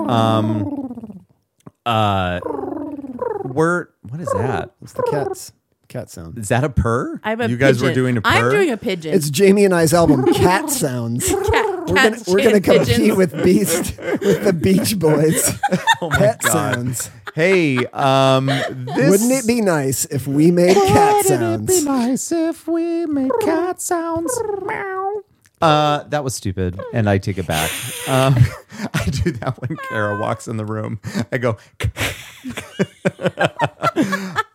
Um, uh, we're what is that? It's the cats. Cat sound. Is that a purr? I'm a you guys pigeon. were doing a purr. I'm doing a pigeon. It's Jamie and I's album, Cat Sounds. We're cat, gonna, cats we're gonna and compete pigeons. with Beast with the Beach Boys. oh my Cat God. sounds. Hey, um, this Wouldn't it be nice if we made cat sounds? nice if we made cat sounds? Uh, that was stupid, and I take it back. Um, I do that when Kara walks in the room. I go.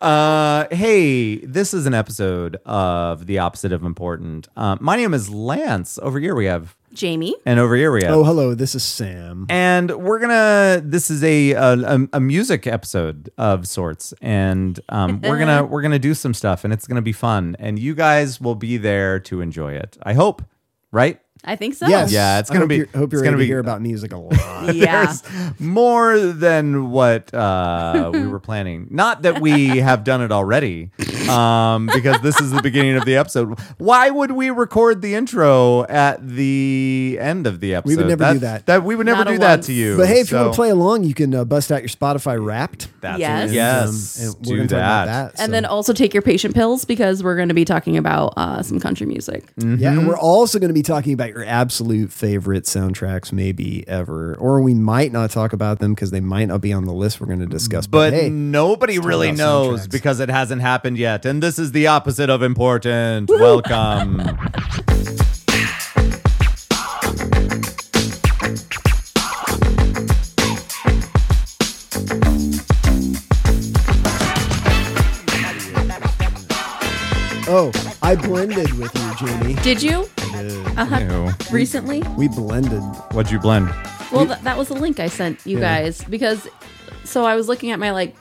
uh, hey, this is an episode of the opposite of important. Uh, my name is Lance. Over here we have, Jamie. and over here we have. Oh, hello. This is Sam. And we're gonna. This is a a, a- a music episode of sorts, and um, we're gonna we're gonna do some stuff, and it's gonna be fun, and you guys will be there to enjoy it. I hope, right? I think so. Yes. Yeah, it's I gonna hope be- You're, hope it's you're gonna gonna be- hear about music a lot. Yeah. There's more than what uh, we were planning. Not that we have done it already, um, because this is the beginning of the episode. Why would we record the intro at the end of the episode? would never do that. That we would never Not a do that once. to you. but hey, if you want so- to play along, you can uh, bust out your Spotify Wrapped. That's Yes. it. And, Yes. um, and do we're gonna talk about that. that. And then also take your patient pills because we're going to be talking about uh, some country music. Mm. yeah, and we're also going to be talking about your absolute favorite soundtracks, maybe ever, or we might not talk about them because they might not be on the list we're going to discuss. But But, hey, nobody really about knows soundtracks. because it hasn't happened yet. And this is the opposite of important. Welcome. oh, I blended with you, Jamie. Did you Uh-huh. Ew. recently? We blended. What'd you blend? Well, th- that was the link I sent you guys because. So I was looking at my like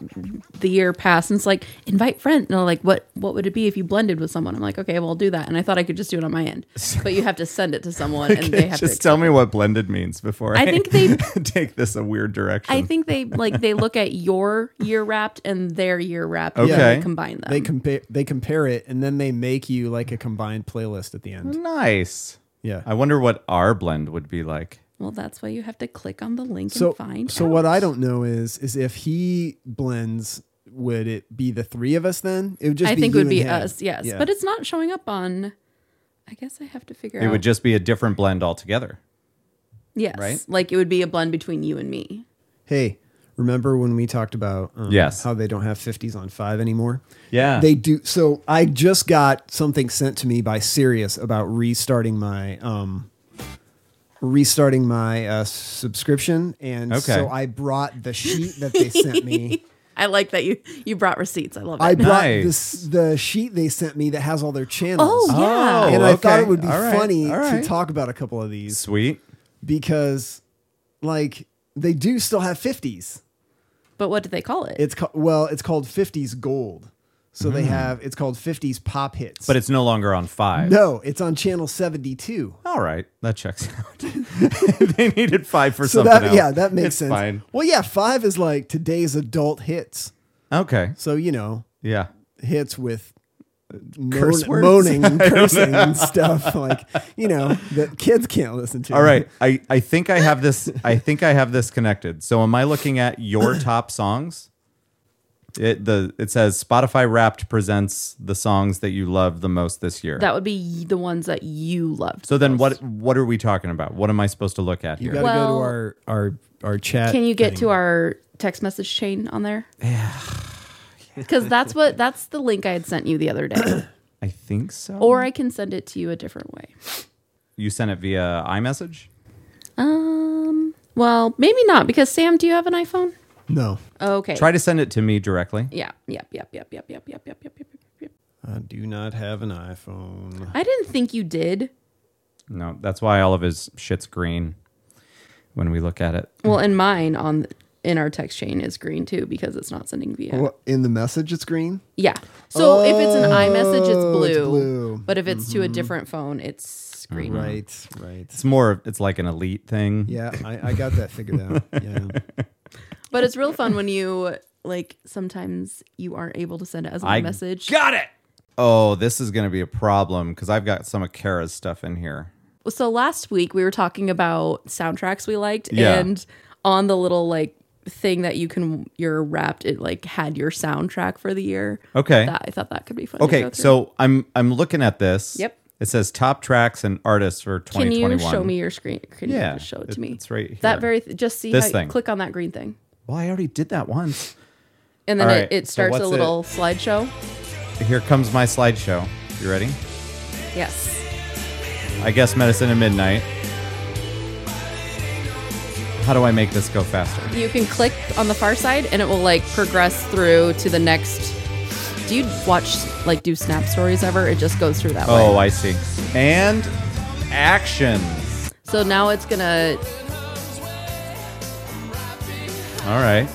the year past, and it's like invite friend. And I'm like, what what would it be if you blended with someone? I'm like, okay, well, I'll do that. And I thought I could just do it on my end, but you have to send it to someone, and they have to. Just tell me what blended means before I, I think they- take this a weird direction. I think they like they look at your year wrapped and their year wrapped. and Okay. then they combine them. They compare. They compare it, and then they make you like a combined playlist at the end. nice. Mm-hmm. Yeah. I wonder what our blend would be like. well, that's why you have to click on the link so and find. so out. what I don't know is is if he blends, would it be the three of us then? It would just I be think you would be and him. us, yes. Yeah. But it's not showing up on. I guess I have to figure It out. would just be a different blend altogether. yes, right? like it would be a blend between you and me. hey, remember when we talked about um, Yes. how they don't have fifties on five anymore? Yeah. They do. So I just got something sent to me by Sirius about restarting my um restarting my uh, subscription, and Okay. so I brought the sheet that they sent me. I like that you you brought receipts. I love it. I brought Nice. this the sheet they sent me that has all their channels. oh yeah, Oh. and I thought okay. it would be All right. funny All right. to talk about a couple of these Sweet. because, like, they do still have fifties. but what did they call it? It's ca- well, it's called fifties gold. So they have it's called fifties pop hits. Hmm. But it's no longer on five. no, it's on channel seventy two. All right. That checks out. they needed five for So something that else. yeah, that makes It's sense. fine. Well, yeah, five is like today's adult hits. Okay. So you know, Yeah. hits with. Moan, Curse words? moaning and cursing and stuff like you know that kids can't listen to All right. I, I think I have this I think I have this connected. So am I looking at your top songs? It the it says Spotify Wrapped presents the songs that you love the most this year. that would be the ones that you loved. so then what what are we talking about? What am I supposed to look at you here? gotta go Well- to our our our chat Can you get thing. to our text message chain on there? Yeah. Because that's what that's the link I had sent you the other day, I think so. or I can send it to you a different way. you sent it via iMessage? Um. Well, maybe not because Sam, do you have an iPhone? no Oh, Okay. Try to send it to me directly. Yeah. Yep. Yep. Yep. Yep. Yep. Yep. Yep. Yep. Yep. Yep. I do not have an iPhone. I didn't think you did. No, that's why all of his shit's green when we look at it. Well, and mine on in our text chain is green too because it's not sending via. in the message, it's green. Yeah. So if it's an iMessage, it's blue. blue. But if it's to a different phone, it's Mm. green. Right, right. It's more of- it's like an elite thing. Yeah, I, I got that figured out. Yeah. But it's real fun when you like sometimes you aren't able to send it as a I message. Got it. Oh, this is going to be a problem because I've got some of Kara's stuff in here. So last week we were talking about soundtracks we liked, Yeah. and on the little like thing that you can you're wrapped it like had your soundtrack for the year Okay. that, i thought that could be fun to go Okay, through. so I'm I'm looking at this. Yep. It says top tracks and artists for can 2021. you show me your screen can Yeah, you just show it to it- me it's right here. that very th- just see This how you thing. click on that green thing Well, I already did that once. and then All it, right, it so starts a what's little slideshow Here comes my slideshow. You ready? yes I guess medicine at midnight. How do I make this go faster? you can click on the far side and it will like progress through to the next do you watch like do snap stories ever it just goes through that Oh, way I see. And action. so now it's gonna All right.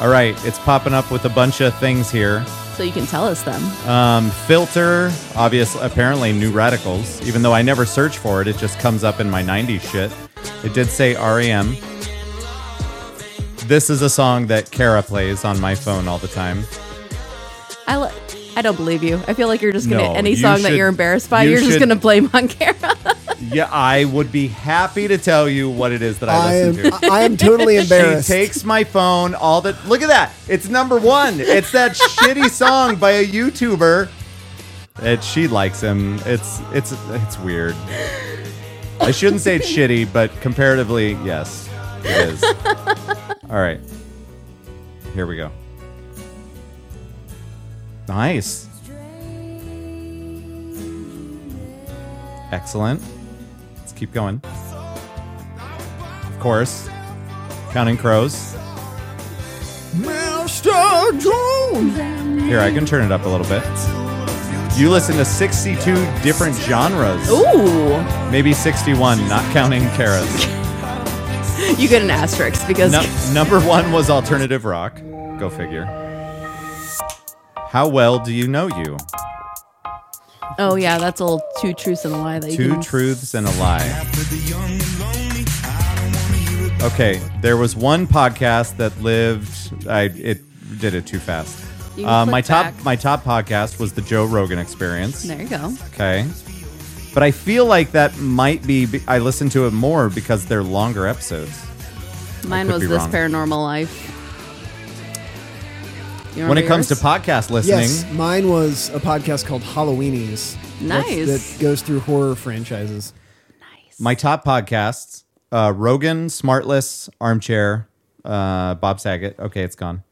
All right, it's popping up with a bunch of things here. so you can tell us them Um, filter, obvious, apparently new radicals. Even though I never search for it, it just comes up in my '90s shit. It did say REM. This is a song that Kara plays on my phone all the time. i li- I don't believe you. I feel like you're just gonna No, any you song that should- you're embarrassed by, you you are just should- gonna blame on Kara. Yeah, I would be happy to tell you what it is that I I am, listen to. I I am totally She embarrassed. takes my phone, all that. Look at that. It's number one. It's that shitty song by a YouTuber. That she likes him. It's it's it's weird. I shouldn't say it's shitty, but comparatively, yes, it is. All right. Here we go. Nice. Excellent. Let's keep going. Of course. Counting Crows. Master Jones. Here, I can turn it up a little bit. You listen to 62 different genres. Ooh, Maybe 61, not counting Kara's. you get an asterisk because Num- number one was alternative rock. Go figure. How well do you know you? oh yeah, that's a little two truths and a lie that you Two can truths and a lie. Okay, there was one podcast that lived. I it did it too fast. You can Uh, my click top back. my top podcast was the Joe Rogan Experience. There you go. Okay, but I feel like that might be. I listen to it more because they're longer episodes. Mine could was be this wrong. paranormal life. You when remember it comes to yours? podcast listening, Yes, mine was a podcast called Halloweenies. that's- Nice. That goes through horror franchises. my top podcasts: uh, Rogan, Smartless, Armchair, uh, Bob Saget. Okay, it's gone.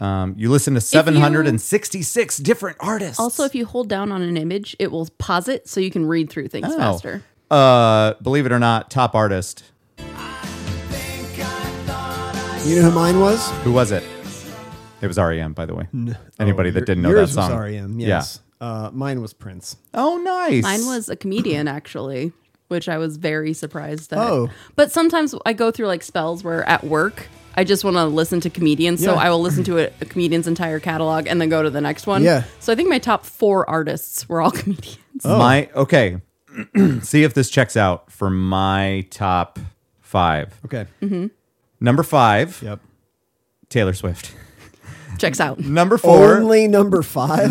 Um, you listen to you- 766 different artists. Also, if you hold down on an image, it will pause it so you can read through things Oh. faster. uh, believe it or not, top artist. You know who mine was? Who was it? It was REM, by the way. Anybody that oh, Your- didn't know yours that song. Was REM, yes. Uh, mine was Prince. Yeah. Oh, nice. Mine was a comedian, actually, which I was very surprised at. Oh. But sometimes I go through like spells where at work, I just want to listen to comedians. So Yeah. I will listen to a, a comedian's entire catalog and then go to the next one. Yeah. So I think my top four artists were all comedians. Oh. my okay. See if this checks out for my top five. Okay. Number five, Yep. Taylor Swift. Checks out. Number four, Only number five.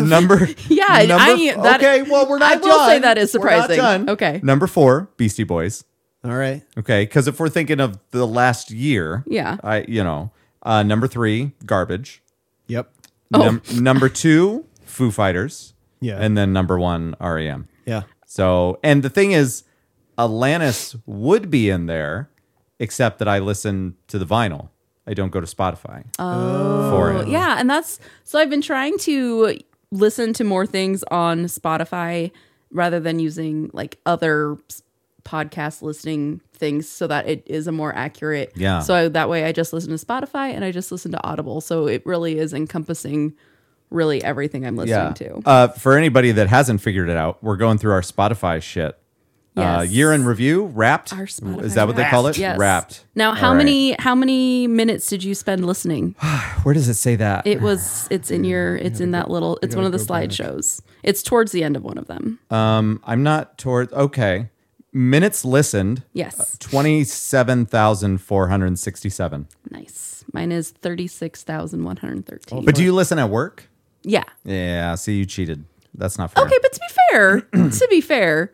number Yeah, I- number- I- that- okay well we're not I will say done. that is We're not surprising. done. Okay. number four beastie boys All right. okay because if we're thinking of the last year Yeah. i you know uh number three garbage Yep. Oh. Num- number two foo fighters Yeah. and then number one E rem Yeah. so and the thing is alanis would be in there except that i listen to the vinyl i don't go to spotify Oh, for it Yeah, and that's so I've been trying to listen to more things on Spotify rather than using like other s- podcast listening things so that it is a more accurate. Yeah. So I, that way I just listen to Spotify and I just listen to Audible. So it really is encompassing really everything I'm listening to. Uh, for anybody that hasn't figured it out, we're going through our Spotify shit. Uh, Yes. year in review, wrapped. Our Spotify Is that what they call it? Wrapped. Yes. Wrapped. Now, how All right. many how many minutes did you spend listening? Where does it say that? It was it's in your it's in that little it's one of the slideshows. It's towards the end of one of them. um, I'm not toward. Okay, minutes listened. uh, Yes. Twenty-seven thousand four hundred sixty-seven. Nice. Mine is 36,113. But do you listen at work? yeah. Yeah. See, you cheated. That's not fair. Okay, but to be fair, to be fair,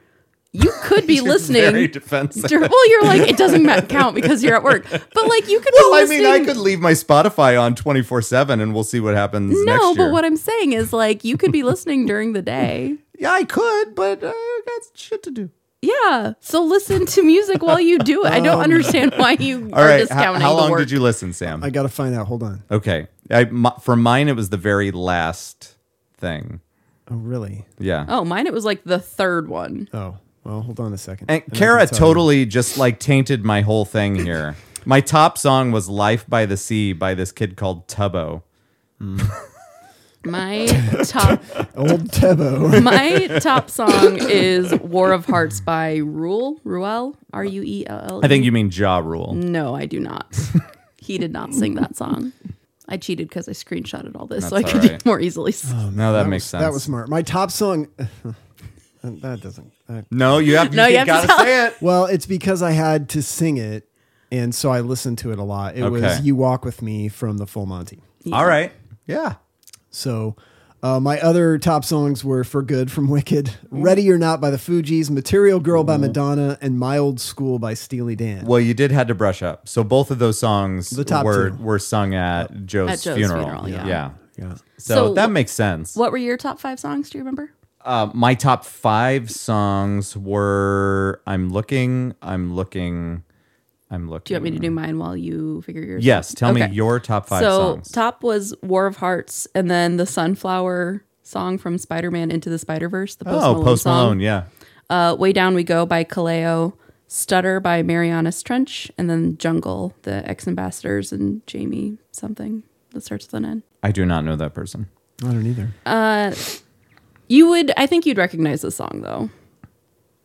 you could be Very listening. defensive. dur- Well, you're like it doesn't ma- count because you're at work, but like you could. Well, be I mean, listening. I could leave my Spotify on 24 7 and we'll see what happens next No, year. but what I'm saying is like you could be listening during the day. yeah, I could, but uh, I got shit to do. Yeah. So listen to music while you do it. I don't understand why you Um, All are right. h- How, discounting the long work. did you listen, Sam? I got to find out. Hold on. okay. I, my, for mine, it was the very last thing. Oh, really? Yeah. oh, mine it was like the third one. Oh, well, hold on a second. And I can Kara tell you. totally just like tainted my whole thing here. my top song was Life by the Sea by this kid called Tubbo. My top Old Tebo. my top song is War of Hearts by Rule Ruel R U E L L. I think you mean Jaw Mm. Rule. No, I do not. he did not sing that song. I cheated because I screenshotted all this so I That's could all right. more easily. s- No, that, makes was- sense. That was smart. My top song. that doesn't. I- no, you have. No, you you have to gotta tell- say it. well, it's because I had to sing it, and so I listened to it a lot. It Okay. was "You Walk with Me" from the Full Monty. All right. Yeah. So. Uh, my other top songs were "For Good" from Mm. Wicked, "Ready or Not" by the Fugees, "Material Girl" Mm-hmm. by Madonna, and "My Old School" by Steely Dan. Well, you did had to brush up. So both of those songs The top were two. were sung at Joe's, At Joe's funeral. funeral, yeah. Yeah. So, So that wh- makes sense. What were your top five songs? Do you remember? Uh, my top five songs were "I'm Looking," "I'm Looking," "I'm Looking." Do you want me to do mine while you figure yours? Mm. Yes, out? tell Okay. me your top five so songs. top was War of Hearts, and then the Sunflower song from Spider Man Into the Spider Verse. The Post oh, Malone Post song. Malone, yeah. Uh, Way Down We Go by Kaleo, Stutter by Marianas Trench, and then Jungle, the ex ambassadors and Jamie something that starts with an N. I do not know that person. I don't either. You would, I think you'd recognize the song though.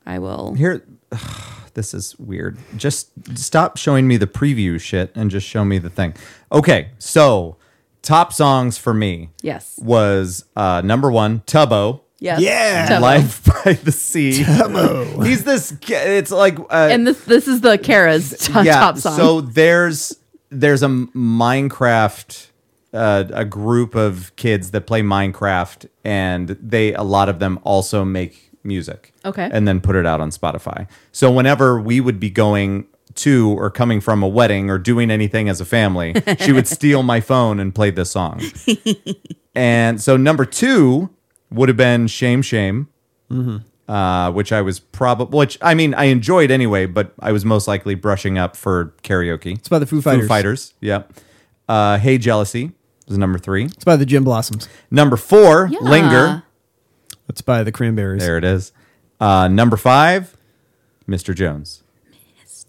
I will. Here, this is weird. Just stop showing me the preview shit and just show me the thing. Okay, so top songs for me Yes. was uh, number one, Tubbo. Yes. Yeah. Tubbo. Life by the Sea. Tubbo. He's this. ki- It's like uh, And this this is the Kara's to- top song. So there's there's a Minecraft uh, a group of kids that play Minecraft, and they a lot of them also make music. Okay. and then put it out on Spotify. So whenever we would be going to or coming from a wedding or doing anything as a family, she would steal my phone and play this song. and so number two would have been Shame Shame Mm-hmm. uh, which I was probably, which I mean, I enjoyed anyway, but I was most likely brushing up for karaoke. It's by the Foo Fighters. Foo Fighters. Yep. Uh, hey, Jealousy was number three. It's by the Jim Blossoms. Number four, Yeah. Linger. It's by the Cranberries. There it is. Uh, number five, Mr. Jones.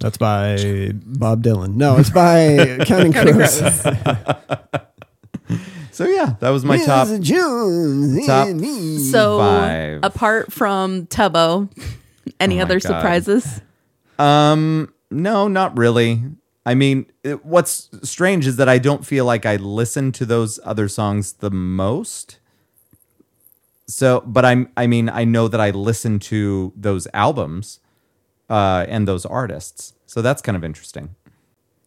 That's by Bob Dylan. No, it's by Counting Crows. So yeah, that was my top Mrs. Jones top and me. So Five. Oh apart from Tubbo, any my other God. surprises? No, not really. I mean, it, what's strange is that I don't feel like I listen to those other songs the most. So, but I'm I mean, I know that I listen to those albums uh and those artists. So that's kind of interesting.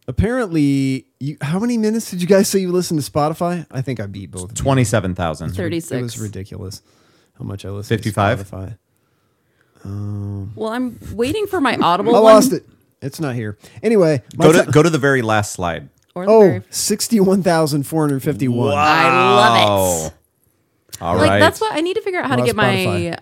Apparently, you, how many minutes did you guys say you listened to Spotify? I think I beat both. of you. 27,000. Thirty It was six. ridiculous how much I listened 55? to Spotify. Well, I'm waiting for my Um, Audible. I one, lost it. It's not here. Anyway, my Go to top- go to the very last slide. Or the oh, very- 61,451. I love Wow. it. All right. Like that's what I need to figure out how to We're on get my Spotify.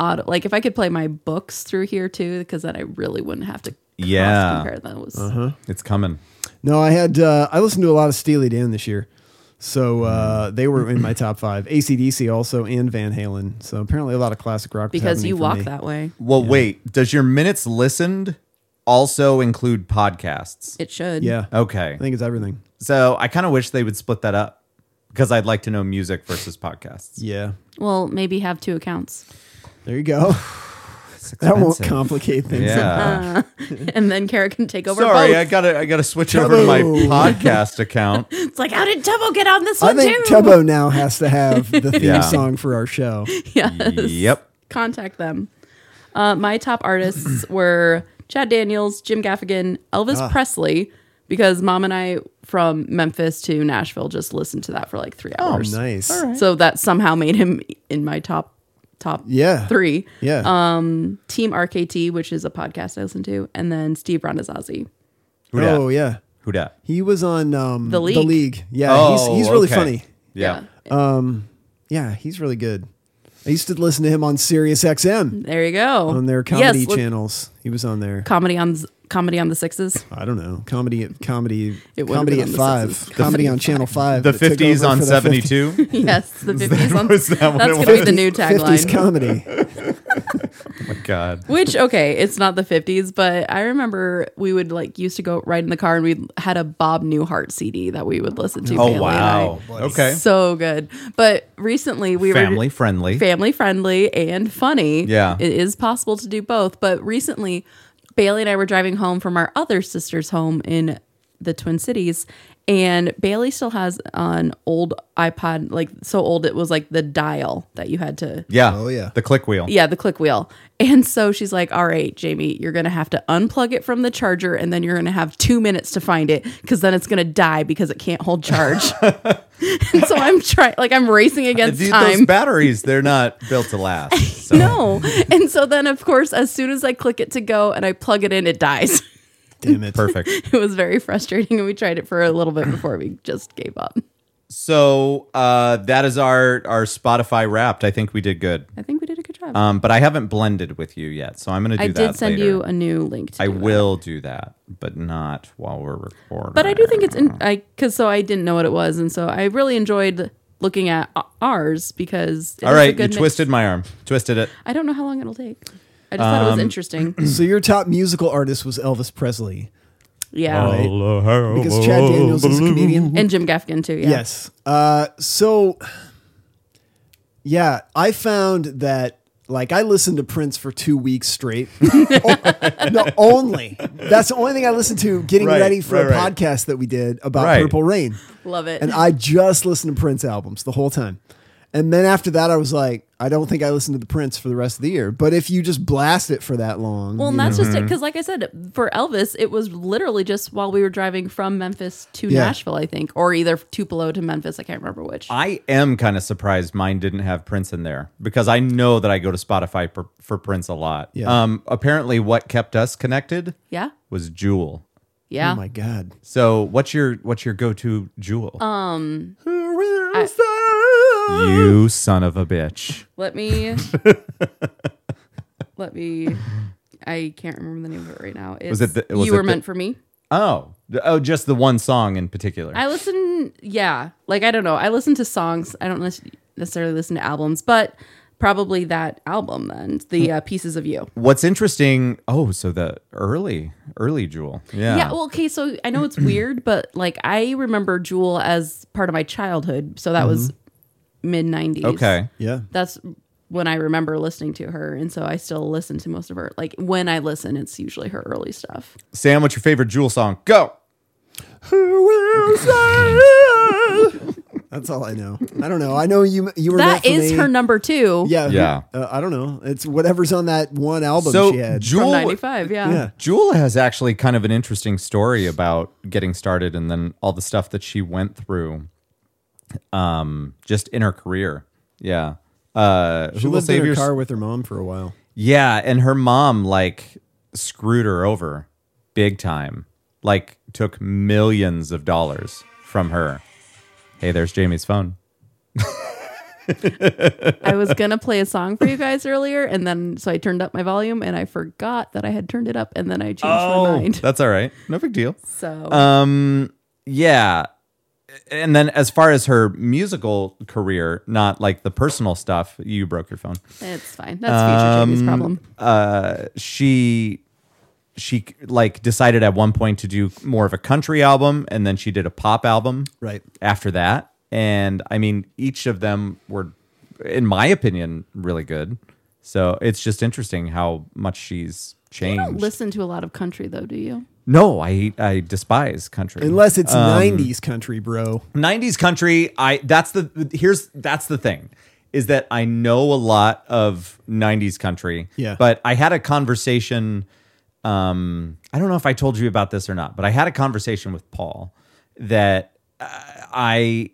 auto. Like if I could play my books through here too, because then I really wouldn't have to. cost Yeah. compare Uh-huh. those. It's coming. No, I had uh, I listened to a lot of Steely Dan this year, so uh, they were in my top five. ACDC also and Van Halen. So apparently a lot of classic rock. was because happening you for walk me. that way. Well, wait. Does your minutes listened also include podcasts? It should. Yeah, Okay. I think it's everything. So I kind of wish they would split that up because I'd like to know music versus podcasts. Yeah, Well, maybe have two accounts there you go. that won't complicate things. Yeah. and then Kara can take over. Sorry, both. I gotta I gotta switch over to my Tubbo. podcast account. it's like how did Tubbo get on this I one think too? Tubbo now has to have the theme Yeah. song for our show. Yes. Yep. Contact them. Uh, my top artists were Chad Daniels, Jim Gaffigan, Elvis Ah. Presley, because mom and I from Memphis to Nashville just listened to that for like three hours. Nice. So that somehow made him in my top top Yeah. three. Yeah. Team RKT, which is a podcast I listen to, and then Steve Randazzazi. Who dat? oh yeah. Who dat? He was on um, The League. Yeah, he's he's Oh, really okay. funny. Yeah. Yeah, he's really good. I used to listen to him on Sirius XM There you go. on their comedy Yes, look- channels. He was on there. Comedy on comedy on the sixes. I don't know comedy at comedy It would've comedy been at on the five Simpsons. comedy on Channel Five. The that took 50s over on for the 50 72. yes, the fifties on was that what that's it gonna be was? the new tagline. 50s comedy. oh my God. Which okay, it's not the fifties, but I remember we would like used to go ride in the car and we had a Bob Newhart CD that we would listen to. family Oh, and wow. I. Okay. so good. But recently we Family were friendly. family friendly and funny. Yeah. it is possible to do both. But recently, Bailey and I were driving home from our other sister's home in the Twin Cities, and Bailey still has an old iPod, like so old it was like the dial that you had to yeah. Oh, yeah. The click wheel. yeah, the click wheel. And so she's like, "All right, Jamie, you're going to have to unplug it from the charger and then you're going to have 2 minutes to find it cuz then it's going to die because it can't hold charge." and so I'm trying like I'm racing against Dude, time. those batteries, they're not built to last. So. no. And so then of course as soon as I click it to go and I plug it in, it dies. Damn it! Perfect. it was very frustrating and we tried it for a little bit before we just gave up. So uh, that is our our Spotify Wrapped. I think we did good, I think we did a good job. um, but I haven't blended with you yet, so I'm going to do I that. did send later. you a new link to I do that. will do that, but not while we're recording. But I do think it's in I because so I didn't know what it was, and so I really enjoyed looking at o- ours because it All is a right, you good mix. twisted my arm. Twisted it. I don't know how long it'll take. I just thought it Um, was interesting. So your top musical artist was Elvis Presley Yeah, Oh. because Chad Daniels is a comedian. and Jim Gaffigan too. Yeah. Yes. Uh, so, yeah, I found that like I listened to Prince for two weeks straight. O- no, only that's the only thing I listened to getting Right, ready for right, a right. podcast that we did about Right. Purple Rain, love it. and I just listened to Prince albums the whole time. And then after that, I was like, I don't think I listened to the Prince for the rest of the year. But if you just blast it for that long, well, you and that's just it Mm-hmm. because, like I said, for Elvis, it was literally just while we were driving from Memphis to Yeah. Nashville, I think, or either Tupelo to Memphis. I can't remember which. I am kind of surprised mine didn't have Prince in there because I know that I go to Spotify for, for Prince a lot. Yeah. Um, apparently, what kept us connected yeah, was Jewel. yeah. oh my god, So what's your what's your go to Jewel? Um, Uh, you son of a bitch. Let me. let me. I can't remember the name of it right now. It's, Was it the- was you it were the- meant for me? Oh, th- oh, just the one song in particular. I listen, yeah. Like I don't know. I listen to songs. I don't lis- necessarily listen to albums, but probably that album then, Hmm. the uh, Pieces of You. What's interesting? Oh, so the early, early Jewel. Yeah. Yeah. Well, okay. So I know it's weird, but like I remember Jewel as part of my childhood. So that was mid '90s. okay. yeah, That's when I remember listening to her, and so I still listen to most of her. Like when I listen, it's usually her early stuff. Sam, what's your favorite Jewel song? Go. that's all I know. I don't know. I know you. You were meant That for is me. her number two. Yeah. Yeah. Uh, I don't know. It's whatever's on that one album she So had. From Jewel, '95. Yeah. yeah. Jewel has actually kind of an interesting story about getting started and then all the stuff that she went through, um, just in her career. Yeah. Uh, She who will lived in save her your car with her mom for a while. Yeah, and her mom like screwed her over big time. Like took millions of dollars from her. Hey, there's Jamie's phone. I was gonna play a song for you guys earlier, and then so I turned up my volume, and I forgot that I had turned it up, and then I changed my mind. Oh, That's all right. No big deal. So Um yeah. And then as far as her musical career, not like the personal stuff, you broke your phone. it's fine. That's future Jamie's problem. Uh she she like decided at one point to do more of a country album and then she did a pop album. Right. after that. And I mean, each of them were, in my opinion, really good. So it's just interesting how much she's I don't changed. listen to a lot of country though, do you? No, I I despise country. Unless it's Um, 90s country, bro. 90s country, I that's the here's that's the thing is that I know a lot of 90s country. Yeah. But I had a conversation um I don't know if I told you about this or not, but I had a conversation with Paul that uh, I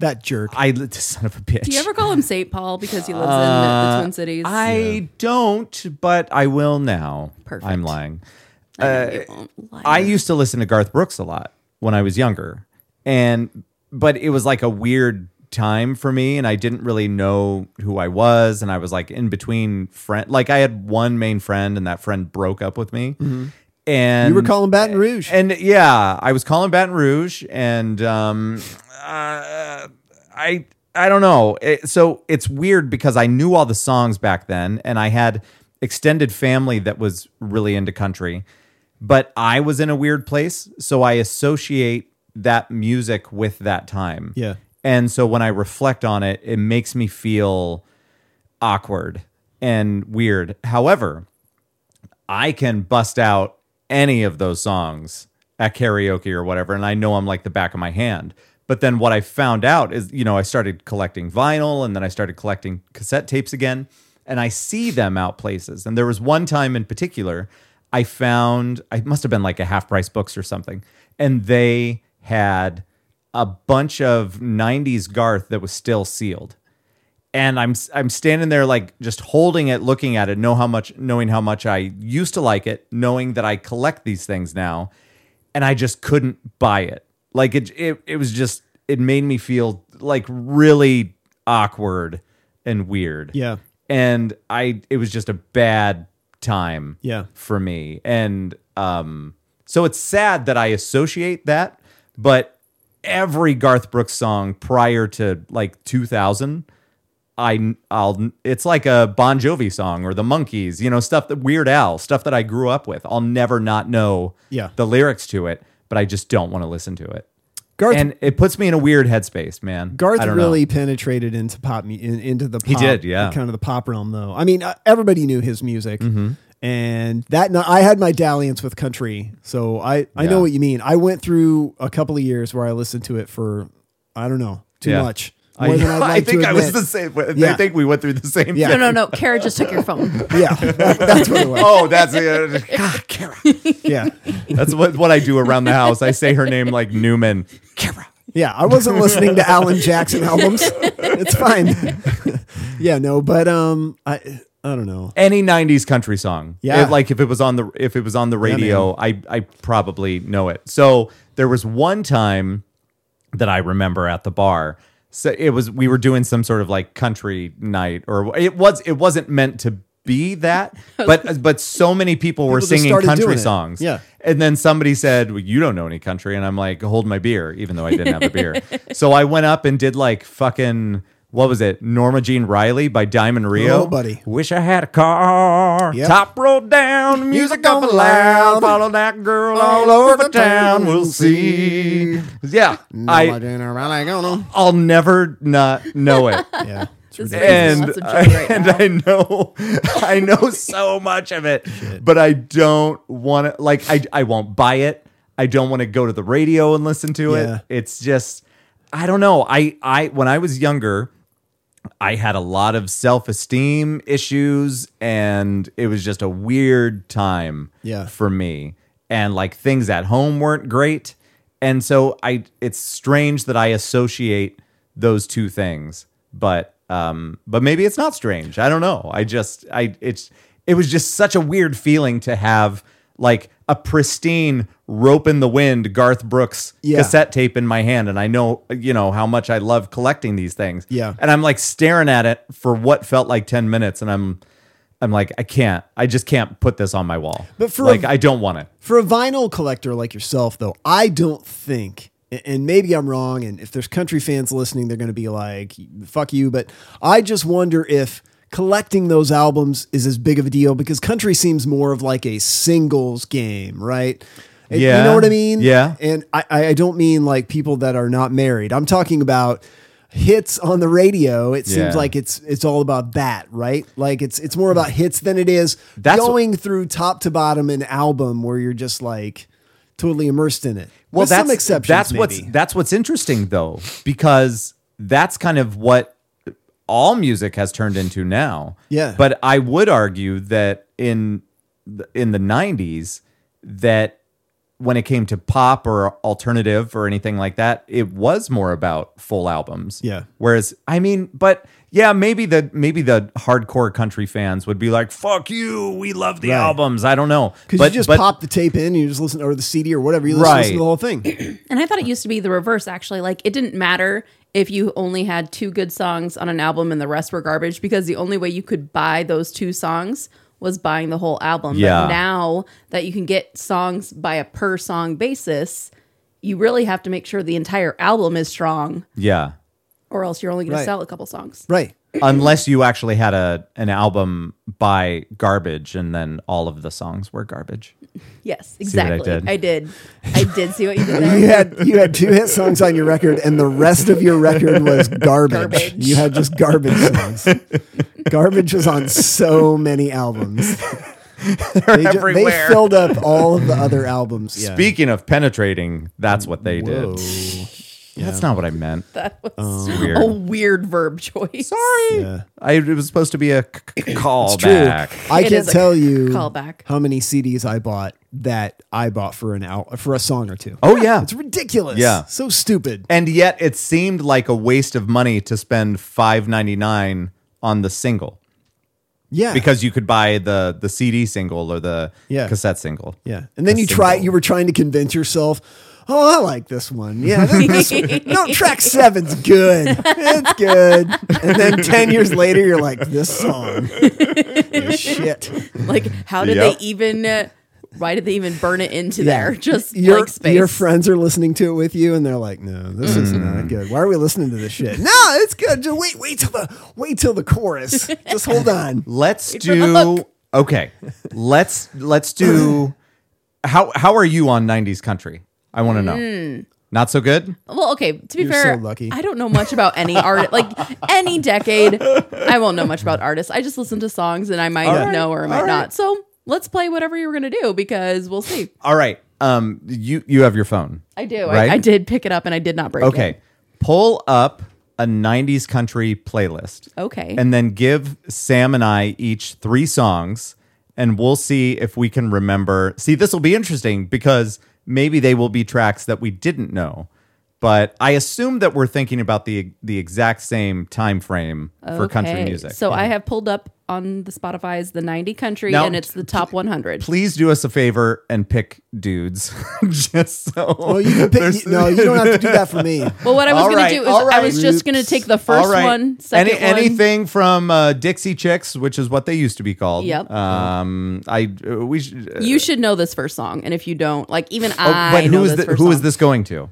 That jerk. I son of a bitch. Do you ever call him Saint Paul because he lives in the Twin Cities? Uh, I don't, but I will now. Perfect. I'm lying. I know you won't lie. uh, I used to listen to Garth Brooks a lot when I was younger. And but it was like a weird time for me and I didn't really know who I was and I was like in between friend like I had one main friend and that friend broke up with me. And Mm-hmm. you were calling Baton Rouge. mm. and yeah, I was calling Baton Rouge, and um, uh, I I don't know. It- so it's weird because I knew all the songs back then, and I had extended family that was really into country, but I was in a weird place, so I associate that music with that time. Yeah. and so when I reflect on it, it makes me feel awkward and weird. However, I can bust out any of those songs at karaoke or whatever, and I know I'm like the back of my hand. But then what I found out is, you know, I started collecting vinyl and then I started collecting cassette tapes again, and I see them out places. And there was one time in particular, I found, I must have been like a half price books or something, and they had a bunch of 90s Garth that was still sealed and I'm I'm standing there like just holding it, looking at it, know how much, knowing how much I used to like it, knowing that I collect these things now, and I just couldn't buy it. Like it, it, it was just it made me feel like really awkward and weird. Yeah. and I it was just a bad time. Yeah. for me, and um, so it's sad that I associate that, but every Garth Brooks song prior to like 2000 I I'll it's like a Bon Jovi song or the Monkees, you know, stuff that Weird Al, stuff that I grew up with. I'll never not know Yeah. the lyrics to it, but I just don't want to listen to it. Garth and it puts me in a weird headspace, man. Garth I don't know. really penetrated into pop, mu- in, into the pop, He did, yeah. kind of the pop realm, though. I mean, uh, everybody knew his music, Mm-hmm. and that ni- I had my dalliance with country, so I I Yeah. know what you mean. I went through a couple of years where I listened to it for I don't know too Yeah. much. I, More than I'd I like to think I was admit. the same. I Yeah. think we went through the same. Yeah. thing. no, no, no. Kara just took your phone. Yeah, that- that's what it was. Oh, that's it. God, Kara. Yeah, That's what, what I do around the house. I say her name like Newman. Kara. yeah. I wasn't listening to Alan Jackson albums. It's fine. yeah, no, but um, I I don't know. any 90s country song Yeah. If, like if it was on the if it was on the radio i i probably know it so there was one time that i remember at the bar so it was we were doing some sort of like country night or it was it wasn't meant to be that but but so many people were People just singing started doing country it. songs Yeah. and then somebody said, well, You don't know any country. And I'm like, Hold my beer, even though I didn't have a beer. so I went up and did like fucking, what was it? Norma Jean Riley by Diamond Rio. Oh, buddy. Wish I had a car. Yep. Top rolled down, music up and loud. Follow that girl all over town. We'll see. Yeah. I, I'll never not know it. yeah. it's This ridiculous. and is- That's a joke I, right and now. I know I know so much of it, but I don't want to like I I won't buy it. I don't want to go to the radio and listen to Yeah. it. It's just I don't know. I I when I was younger, I had a lot of self-esteem issues and it was just a weird time Yeah. for me and like things at home weren't great and so I it's strange that I associate those two things but um but maybe it's not strange I don't know I just I it's it was just such a weird feeling to have like a pristine rope in the wind Garth Brooks Yeah. cassette tape in my hand and I know you know how much I love collecting these things Yeah. and I'm like staring at it for what felt like 10 minutes and I'm I'm like I can't. I just can't put this on my wall. But for like a- I I don't want it. For a vinyl collector like yourself, though, I don't think, a- and maybe I'm wrong, and if there's country fans listening, they're going to be like, fuck you, but I just wonder if collecting those albums is as big of a deal because country seems more of like a singles game, right? And You Yeah. know what I mean? Yeah. And I, I I don't mean like people that are not married. I'm talking about hits on the radio. It Yeah. seems like it's it's all about that, right? Like it's it's more about hits than it is That's what- going through top to bottom an album where you're just like totally immersed in it. With some exceptions. That's maybe. what's that's what's interesting though, because that's kind of what all music has turned into now. Yeah. But I would argue that in the- in the '90s, that when it came to pop or alternative or anything like that, it was more about full albums. Yeah. Whereas, I mean, but yeah, maybe the maybe the hardcore country fans would be like, "Fuck you, we love the Right. albums." I don't know, Because you just pop the tape in, you just listen, or the CD or whatever, you just Right. listen to the whole thing. And I thought it used to be the reverse, actually. Like, it didn't matter if you only had two good songs on an album and the rest were garbage because the only way you could buy those two songs was buying the whole album. Yeah. But now that you can get songs by a per song basis, you really have to make sure the entire album is strong yeah, or else you're only going Right. to sell a couple songs. Right. unless you actually had a an album by garbage and then all of the songs were garbage. Yes, what I exactly. did? I did. I did see what you did You there. had you had two hit songs on your record, and the rest of your record was garbage. Garbage. You had just garbage songs. garbage was on so many albums. They, ju- they everywhere. filled up all of the other albums. Yeah. Speaking of penetrating, that's what they Whoa. Um, Oh. did. That's not what I meant. That was weird. a weird verb choice. Sorry, Yeah. I, it was supposed to be a c- c- It's true. callback. I It can't is a tell you callback. how many CDs I bought that I bought for an hour for a song or two. Oh yeah, It's ridiculous. Yeah. So stupid. and yet it seemed like a waste of money to spend five ninety nine on the single Yeah. because you could buy the the CD single or the Yeah. cassette single. Yeah. And then A you try single. you were trying to convince yourself, "Oh, I like this one." Yeah. This, this- no, track 7's good. It's good. And then 10 years later you're like, "This song." is shit. Like, how did Yep. they even? uh, Why did they even burn it into there? Just Your, like space. your friends are listening to it with you, and they're like, "No, this is not good. Why are we listening to this shit?" No, it's good. Just wait, wait till the wait till the chorus. Just hold on. Let's for the do okay. Let's let's do how how are you on nineties country? I want to know. Hmm. Not so good. well, okay. To be You're fair, so lucky. I don't know much about any art. Like any decade, I won't know much about artists. I just listen to songs, and I might All right. know or I might All right. not. So let's play whatever you were gonna do because we'll see. All right. Um, you you have your phone. I do. Right? I, I did pick it up, and I did not break Okay, it. pull up a nineties country playlist. Okay. and then give Sam and I each three songs, and we'll see if we can remember. See, this will be interesting because maybe they will be tracks that we didn't know. But I assume that we're thinking about the the exact same time frame for country Okay. music. So I have pulled up on the Spotify's the 90 country, Now, and it's the top 100. please do us a favor and pick dudes, just so. Well, you can pick. no, you don't have to do that for me. Well, what I was All going right, to do is all I right. was just going to take the All first right. one, second Any- one. anything from uh, Dixie Chicks, which is what they used to be called. Yep. Um, I uh, we should. You should know this first song, and if you don't, like even Oh, I but know who is this thi- first who is song. this going to? Uh,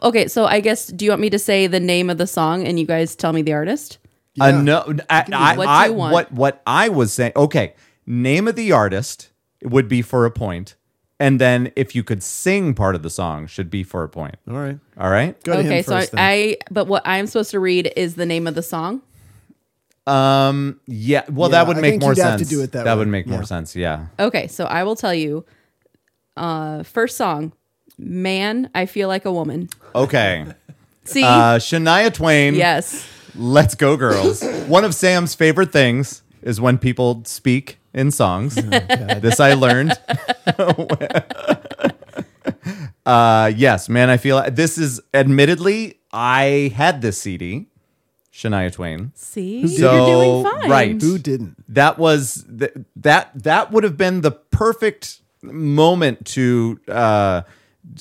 Okay, so I guess do you want me to say the name of the song and you guys tell me the artist? Uh, no, I, I, what do I- you want? what what I was saying. Okay, name of the artist would be for a point, and then if you could sing part of the song, should be for a point. All right. All right. Go to okay, him so I, first. then. I but what I'm supposed to read is the name of the song. Um. Yeah. Well, Yeah, that would I make think more you'd sense. have to do it that way. would make Yeah. more sense. Yeah. Okay, so I will tell you. Uh, first song, "Man, I Feel Like a Woman." Okay. See, Uh, Shania Twain. yes, Let's go, girls. One of Sam's favorite things is when people speak in songs. this I learned. uh, yes, man, I feel this is admittedly, I had this CD, Shania Twain. see, So, you're doing fine. right. Who didn't? That was th- that that would have been the perfect moment to uh,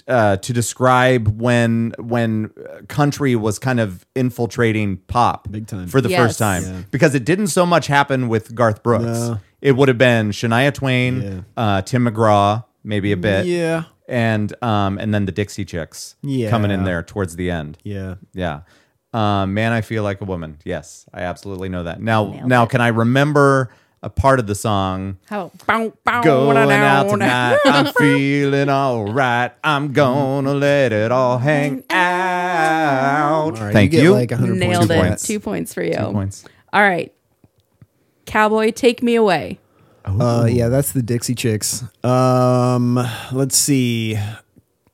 uh, to describe when when country was kind of infiltrating pop Big time. for the Yes. first time Yeah. because it didn't so much happen with Garth Brooks. No. It would have been Shania Twain, Yeah. uh, Tim McGraw, maybe a bit, Yeah. and um, and then the Dixie Chicks Yeah. coming in there towards the end. Yeah. Yeah. Um, man, I feel like a woman. Yes, I absolutely know that. Now, Nailed now, it. can I remember a part of the song? How? Bow, bow, Going da, out da, tonight, I'm feeling all right. I'm gonna let it all hang out. All right, Thank you. you. Get like 100 points. Nailed it. for points. Two points for you. points. All right. Cowboy, take me away. Uh, yeah, that's the Dixie Chicks. Um, let's see.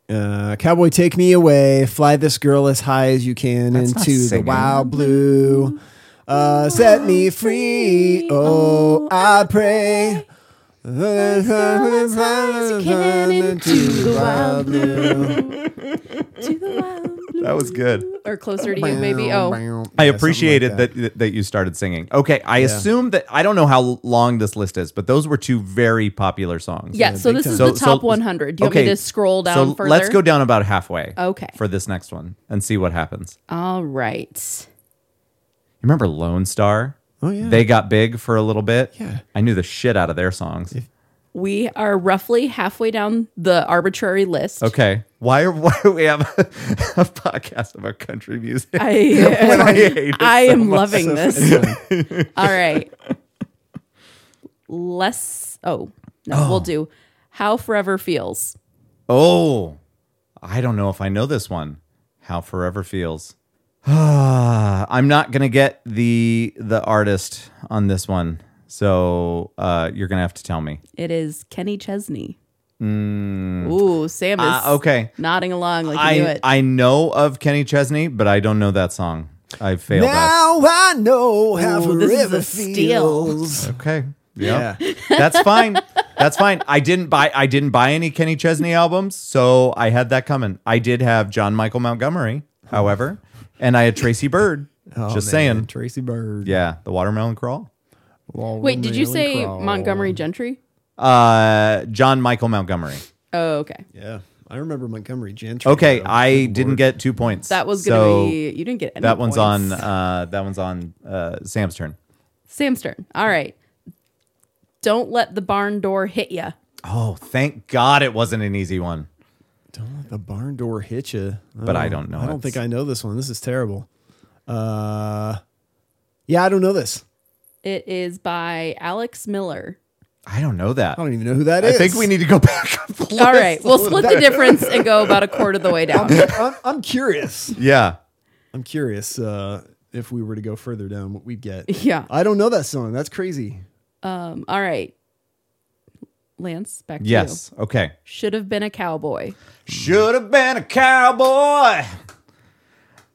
Uh, Cowboy, take me away. Fly this girl as high as you can That's not into the singing. wild blue. Uh, set me free. Oh, I pray. as high as you can into the wild blue. To the wild blue. That was good. Or closer to you, maybe. Oh, I appreciated that. that you started singing. Okay, I assume that I don't know how long this list is, but those were two very popular songs. yeah. So big this time. is So- the top so- 100. Do you want me to scroll down so further? let's go down about halfway. Okay. For this next one and see what happens. All right. You remember Lone Star? Oh, yeah. They got big for a little bit. Yeah. I knew the shit out of their songs. We are roughly halfway down the arbitrary list. Okay. Why are why do we have a, a podcast about country music? I, when I hate it I so am much? loving this. All right. Less. Oh, no, we'll do. How Forever Feels. Oh, I don't know if I know this one. How forever feels. I'm not gonna get the the artist on this one, so uh, you're gonna have to tell me. It is Kenny Chesney. Ooh, Sam is Mm. Uh, okay, nodding along like he knew I it. I know of Kenny Chesney, but I don't know that song. I failed that. Now I know how Ooh, this is forever a steal. feels. Okay. Yeah. That's fine. That's fine. I didn't buy I didn't buy any Kenny Chesney albums, so I had that coming. I did have John Michael Montgomery, however, and I had Tracy Bird. Oh, just man, saying. Tracy Bird. Yeah, the watermelon crawl. Walrus Wait, did you Mail say Crawl. Montgomery Gentry? Uh John Michael Montgomery. Oh, okay. Yeah, I remember Montgomery Gentry. Okay, though. I Good didn't lord. get two points. That was gonna So be you didn't get any that one's on points. uh that one's on uh Sam's turn. Sam's turn. All right. Don't let the barn door hit ya. Oh, thank God it wasn't an easy one. Don't let the barn door hit you. But I don't know. I don't It's- think I know this one. This is terrible. Uh, yeah, I don't know this. It is by Alex Miller. I don't know that. I don't even know who that I is. think we need to go back up the list. All right, we'll split the difference and go about a quarter of the way down. I'm, I'm curious. Yeah. I'm curious uh, if we were to go further down, what we'd get. Yeah. I don't know that song. That's crazy. Um, all right. Lance, back to you. Yes. Okay. Should have been a cowboy. Should have been a cowboy.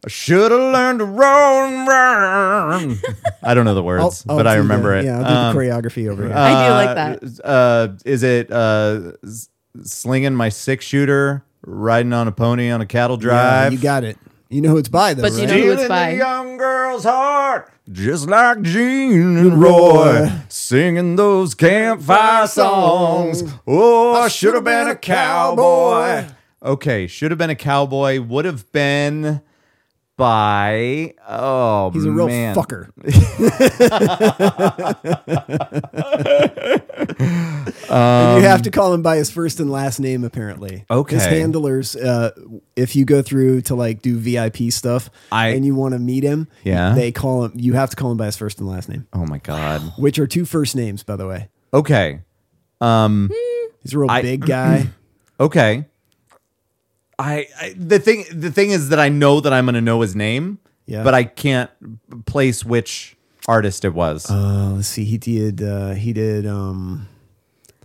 I should have learned to roll and run. I don't know the I'll- words, I'll but I do remember the- it. Yeah, I'll Um, do the choreography over here. I do like that. Uh, is it uh, s- slinging my six shooter, riding on a pony on a cattle Yeah, drive? Uh, you got it. You know who it's by though, But you right? know- who it's Stealing by. the young girl's heart, just like Gene and Roy, singing those campfire songs. Oh, I should have been a cowboy. Okay, should have been a cowboy. Would have been by. Oh, He's a real man. fucker. you have to call him by his first and last name, apparently. Um, Okay. His handlers, uh, if you go through to like do VIP stuff I- and you want to meet him, Yeah. they call him. You have to call him by his first and last name, Oh my god. which are two first names, by the way. Okay, He's a real I- big guy. okay. I, I the thing the thing is that I know that I'm gonna know his name, Yeah. but I can't place which artist it was. Uh, let's see. He did. Uh, he did. Um,